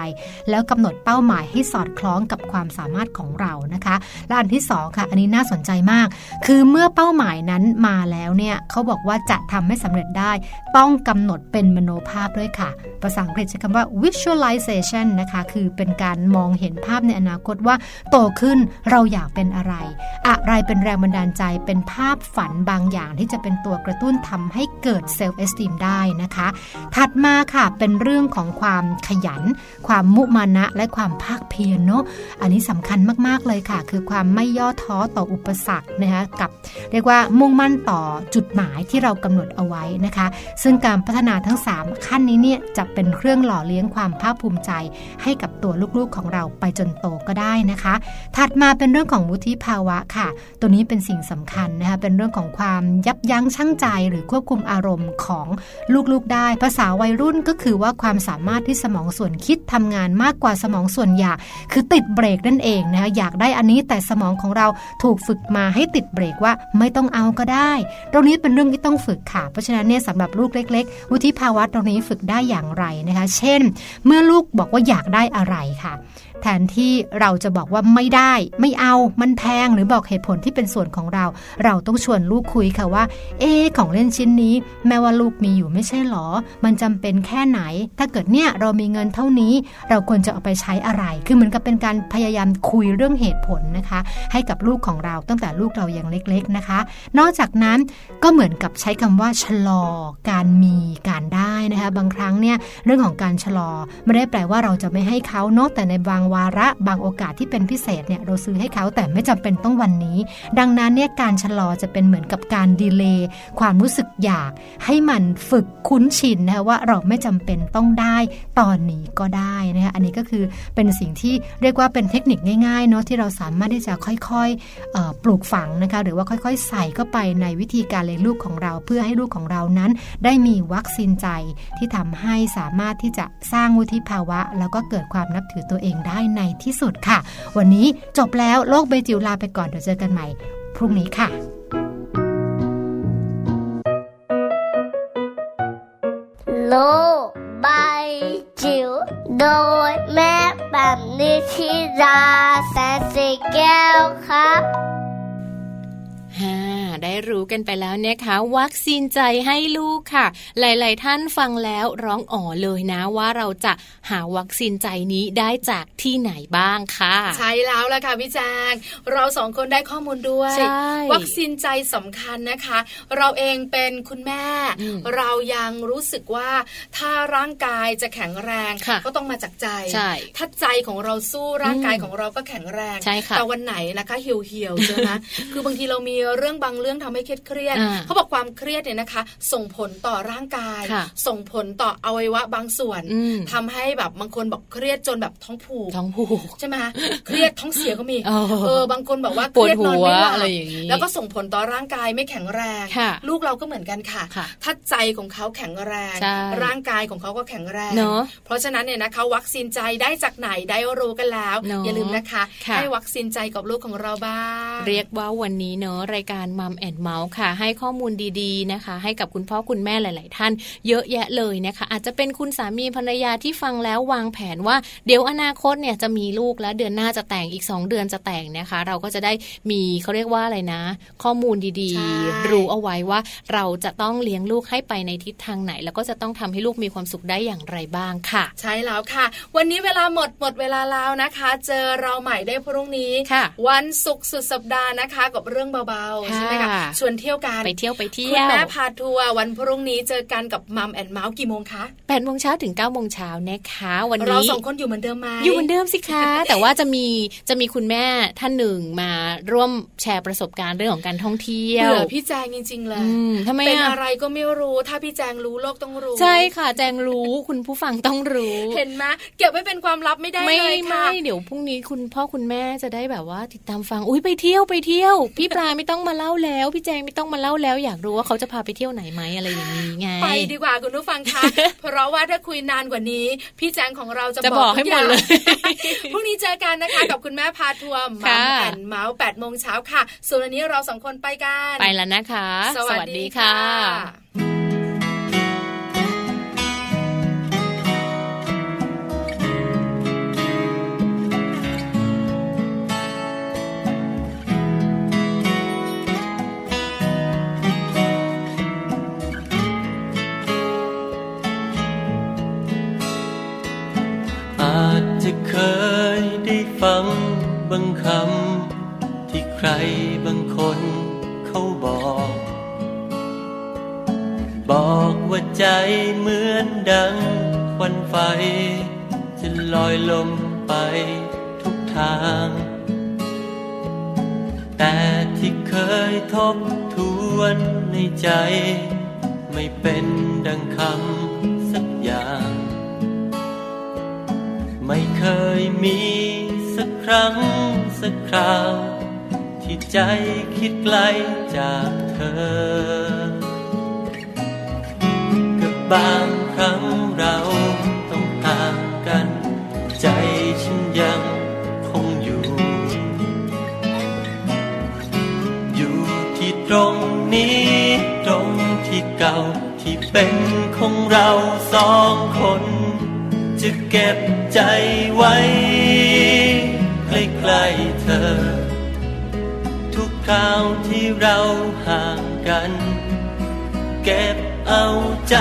แล้วกำหนดเป้าหมายให้สอดคล้องกับความสามารถของเรานะคะ และอันที่สองค่ะ อันนี้น่าสนใจมาก คือเมื่อเป้าหมายนั้นมาแล้วเนี่ยเขาบอกว่าจะทำให้สำเร็จได้ ต้องกำหนดเป็นมโนภาพด้วยค่ะ ภาษาอังกฤษใช้คำว่า visualization นะคะ คือเป็นการมองเห็นภาพในอนาคตว่า โตขึ้นเราอยากเป็นอะไร อะไรเป็นแรงบันดาลใจเป็นภาพฝันบางอย่างที่จะเป็นตัวกระตุ้นทำให้เกิดเซลล์เอสติมได้นะคะ ถัดมาค่ะเป็นเรื่องของความขยัน ความมุมานะและความภาคเพียรเนาะ อันนี้สำคัญมาก ๆ เลยค่ะ คือความไม่ย่อท้อต่ออุปสรรคนะคะกับเรียกว่ามุ่งมั่นต่อจุดหมายที่เรากำหนดเอาไว้นะคะ ซึ่งการพัฒนาทั้ง 3 ขั้นนี้เนี่ยจะเป็นเครื่องหล่อเลี้ยงความภาคภูมิใจ ให้กับตัวลูกๆของเราไปจนโตก็ได้นะคะ ถัดมาเป็นเรื่องของวุฒิภาวะค่ะ ตัวนี้เป็นสิ่งสำคัญนะคะเป็นเรื่องของความยับยั้งชั่งใจ หรือควบคุมอารมณ์ของลูกๆได้ ภาษาวัยรุ่นก็คือว่าความสามารถที่สมองส่วนคิดทำงานมากกว่าสมองส่วนอยาก คือติดเบรกนั่นเองนะคะอยากได้อันนี้แต่สมองของเราถูกฝึกมาให้ติดเบรกว่าไม่ต้องเอาก็ได้ ตรงนี้เป็นเรื่องที่ต้องฝึกค่ะ เพราะฉะนั้นเนี่ยสำหรับลูกเล็ก ๆ วุฒิภาวะตรงนี้ฝึกได้อย่างไรนะคะ เช่น เมื่อลูกบอกว่าอยากได้อะไรค่ะ แทนที่เราจะบอกว่าไม่ได้ ไม่เอามันแพงหรือบอกเหตุผลที่เป็นส่วนของเรา เราต้องชวนลูกคุยค่ะว่า เอ๊ะของเล่นชิ้นนี้ แม้ว่าลูกมีอยู่ไม่ใช่หรอ มันจำเป็นแค่ไหน ถ้าเกิดเนี่ยเรามีเงินเท่านี้ เราควรจะเอาไปใช้อะไร คือเหมือนกับเป็นการพยายามคุยเรื่องเหตุผลนะคะ ให้กับลูกของเราตั้งแต่ลูกเรายังเล็กๆนะคะ นอกจากนั้นก็เหมือนกับใช้คำว่าชะลอการมีการได้นะคะ บางครั้งเนี่ยเรื่องของการชะลอไม่ได้แปลว่าเราจะไม่ให้เขาเนาะแต่ในบางวาระบางโอกาสที่เป็นพิเศษเนี่ยเราซื้อให้เขาแต่ไม่จำเป็นต้องวันนี้ ดังนั้นเนี่ยการชะลอจะเป็นเหมือนกับการดีเลย์ความรู้สึกอยาก ให้มันฝึกคุ้นชินนะคะว่าเราไม่จำเป็นต้องได้ตอนนี้ก็ได้นะคะอันนี้ก็คือเป็นสิ่งที่เรียกว่าเป็นเทคนิคง่ายๆเนาะที่เราสามารถที่จะค่อยๆเอ่อปลูกฝังนะคะหรือว่าค่อยๆ ใส่เข้าไปในวิธีการเลี้ยงลูกของเรา เพื่อให้ลูกของเรานั้น ได้มีวัคซีนใจที่ทำให้สามารถที่จะสร้างวุฒิภาวะ แล้วก็เกิดความนับถือตัวเองได้ในที่สุดค่ะ วันนี้จบแล้วโลกใบจิ๋วลาไปก่อนเดี๋ยวเจอกันใหม่ พรุ่งนี้ค่ะ โลกใบจิ๋วโดยแม่แบบนิชิราแสนสีแก้วครับ ฮ่าได้รู้กันไปแล้วนะคะวัคซีนใจให้ลูกค่ะ หลาย ๆ ท่านฟังแล้วร้องอ๋อเลยนะว่าเราจะหาวัคซีนใจนี้ได้จากที่ไหนบ้างค่ะ ใช่แล้วล่ะค่ะพี่แจงเราสองคนได้ข้อมูลด้วย ใช่ วัคซีนใจสำคัญนะคะ เราเองเป็นคุณแม่ อืม เรายังรู้สึกว่าถ้าร่างกายจะแข็งแรง ค่ะ ก็ต้องมาจากใจ ใช่ ถ้าใจของเราสู้ร่างกายของเราก็แข็งแรง ใช่ค่ะ แต่วันไหนนะคะเหี่ยวเหี่ยวๆเจ อนะ คือบางทีเรามีเรื่องบางเรื่องทำให้เครียดเครียดๆ อ่า เขาบอกความเครียดเนี่ยนะคะ ส่งผลต่อร่างกาย ค่ะ ส่งผลต่ออวัยวะบางส่วน อืม ทำให้แบบบางคนบอกเครียดจนแบบท้องผูก ท้องผูก ใช่ไหมคะเครียดท้องเสียก็มี เออ เออบางคนบอกว่าเค ปวด รียดนอนไม่ห หั ลั ว บ อะไรอย่างนี้ แล้วก็ส่งผลต่อร่างกายไม่แข็งแรง ค่ะ ลูกเราก็เหมือนกันค่ะ ค่ะ ถ้าใจของเขาแข็งแรง ใช่ ร่างกายของเขาก็แข็งแรง เนอะ เพราะฉะนั้นเนี่ยนะคะวัคซีนใจได้จากไหนได้รู้กันแล้ว เนอะ อย่าลืมนะคะ ค่ะ ให้วัคซีนใจกับลูกของเราบ้าง เรียกว่าวันนี้เนอะรายการมัมแอนเมาส์ค่ะ ให้ข้อมูลดีๆนะคะ ให้กับคุณพ่อคุณแม่หลาย ๆ ท่าน เยอะแยะเลยนะคะ อาจจะเป็นคุณสามีภรรยาที่ฟังแล้ววางแผนว่า เดี๋ยวอนาคตเนี่ยจะมีลูกแล้วเดือนหน้าจะแต่งอีก 2 เดือนจะแต่งนะคะ เราก็จะได้มีเขาเรียกว่าอะไรนะ ข้อมูลดี ใช่ ๆ รู้เอาไว้ว่าเราจะต้องเลี้ยงลูกให้ไปในทิศทางไหน แล้วก็จะต้องทำให้ลูกมีความสุขได้อย่างไรบ้างค่ะ ใช่แล้วค่ะ วันนี้เวลาหมดหมดเวลาแล้วนะคะ เจอเราใหม่ได้พรุ่งนี้ ค่ะ วันศุกร์สุดสัปดาห์นะคะ กับเรื่องเบาๆ ค่ะ ใช่ไหมคะชวนเที่ยวกัน ไปเที่ยวไปเที่ คุ ย ณ ว แม่พาทัวร์วันพรุ่งนี้เจอกันกับมัมแอนเมาส์กี่โมงคะ แปดโมงเช้าถึง9ก้าโมงเช้านะคะวันนี้ เราสองคนอยู่เหมือนเดิมไหม อยู่เหมือนเดิมสิคะ แต่ว่าจะมีจะมีคุณแม่ท่านหนึ่งมาร่วมแชร์ประสบการณ์เรื่องของการท่องเที่ยว เบื่อพี่แจงจริงๆเล อื ย มทำไม เป็น อ่ะ อะไรก็ไม่รู้ ถ้าพี่แจงรู้โลกต้องรู้ ใช่ค่ะ แจงรู้ คุณผู้ฟังต้องรู้ เห็นไหมเก็บไว้เป็นความลับไม่ได้ ไม่ เลยค่ะ ไม่เดี๋ยวพรุ่งนี้คุณพ่อคุณแม่จะได้แบบว่าติดตามฟังอุ้ยไปเที่ยวไปเที่ยว พี่ปลาไม่ต้องมาเล่าแล้ว พี่แจงไม่ต้องมาเล่าแล้ว อยากรู้ว่าเขาจะพาไปเที่ยวไหนไหมอะไรอย่างนี้ไง ไปดีกว่าคุณผู้ฟังคะ เพราะว่าถ้าคุยนานกว่านี้ พี่แจงของเราจะ จะบอกให้หมดเลย ทุก อย่างพรุ่งนี้เจอกันนะคะ กับคุณแม่พาทัวร์มั ค่ะ มแอนเมาส์8โมงเช้าค่ะส่วนวันนี้เราสองคนไปกัน ไปแล้วนะคะ สวัสดีค่ะ อาจจะเคยได้ฟังบางคำที่ใครบางคนเขาบอก บอกว่าใจเหมือนดังควันไฟ จะลอยลมไปทุกทาง แต่ที่เคยทบทวนในใจ ไม่เป็นดังคำสักอย่าง ไม่เคยมีสักครั้งสักคราว ที่ใจคิดไกลจากเธอ กับบางครั้งเราต้องห่างกัน ใจฉันยังคงอยู่ อยู่ที่ตรงนี้ตรงที่เก่าที่เป็นของเราสองคน จะเก็บใจไว้ ใกล้ๆเธอ ทุกคราวที่เราห่างกัน เก็บเอาใจ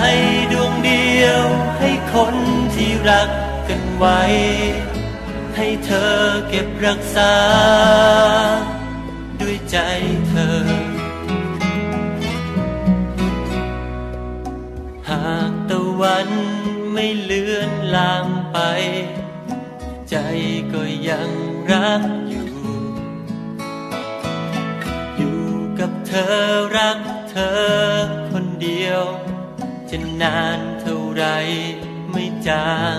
ดวงเดียวให้คนที่รักกันไว้ ให้เธอเก็บรักษา ด้วยใจเธอ หากตะวันไม่เลือนลางไป ใจก็ยังรักอยู่ อยู่กับเธอรักเธอคนเดียว จะนานเท่าไรไม่จาง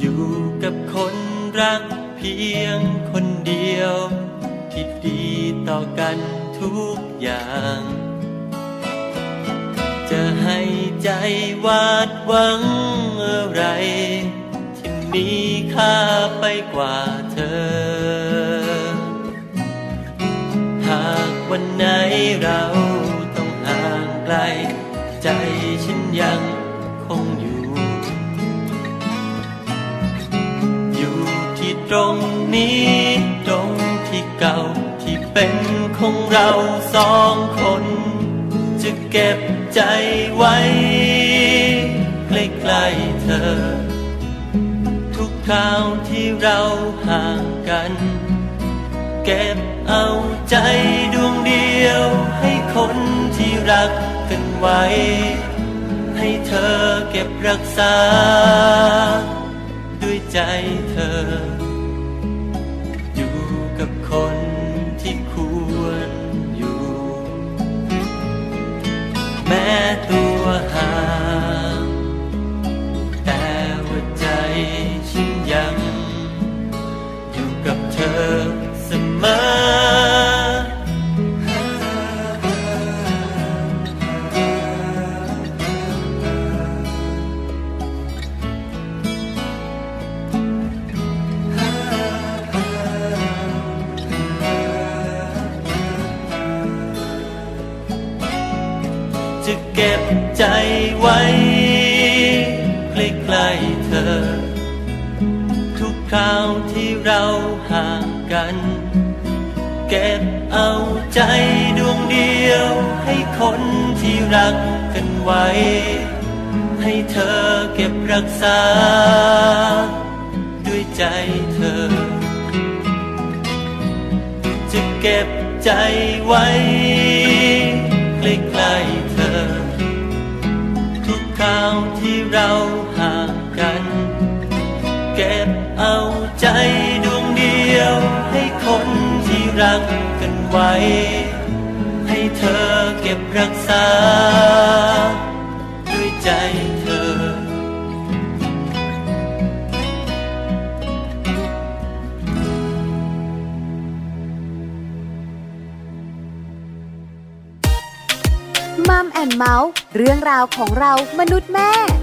อยู่กับคนรักเพียงคนเดียว ที่ดีต่อกันทุกอย่าง จะให้ใจวาดหวังอะไร ที่มีค่าไปกว่าเธอ หากวันไหนเราต้องห่างไกล ใจฉันยังคงอยู่ อยู่ที่ตรงนี้ตรงที่เก่าที่เป็นของเราสองคน จะเก็บใจไว้ใกล้ๆเธอ ทุกคราวที่เราห่างกัน เก็บเอาใจดวงเดียวให้คนที่รักกันไว้ ให้เธอเก็บรักษา ด้วยใจเธอ อยู่กับคนที่ควรอยู่ แม้ตัวห่างแต่ว่าใจฉันยัง อยู่กับเธอเสมอ จะเก็บใจไว้ใกล้ๆเธอ ทุกคราวที่เราห่างกัน เก็บเอาใจดวงเดียวให้คนที่รักกันไว้ ให้เธอเก็บรักษา ด้วยใจเธอ จะเก็บใจไว้ใกล้ๆเธอ ทุกคราวที่เราห่างกัน เก็บเอาใจดวงเดียวให้คนที่รักกันไว้ ให้เธอเก็บรักษา ด้วยใจเธอ มัมแอนเมาส์เรื่องราวของเรามนุษย์แม่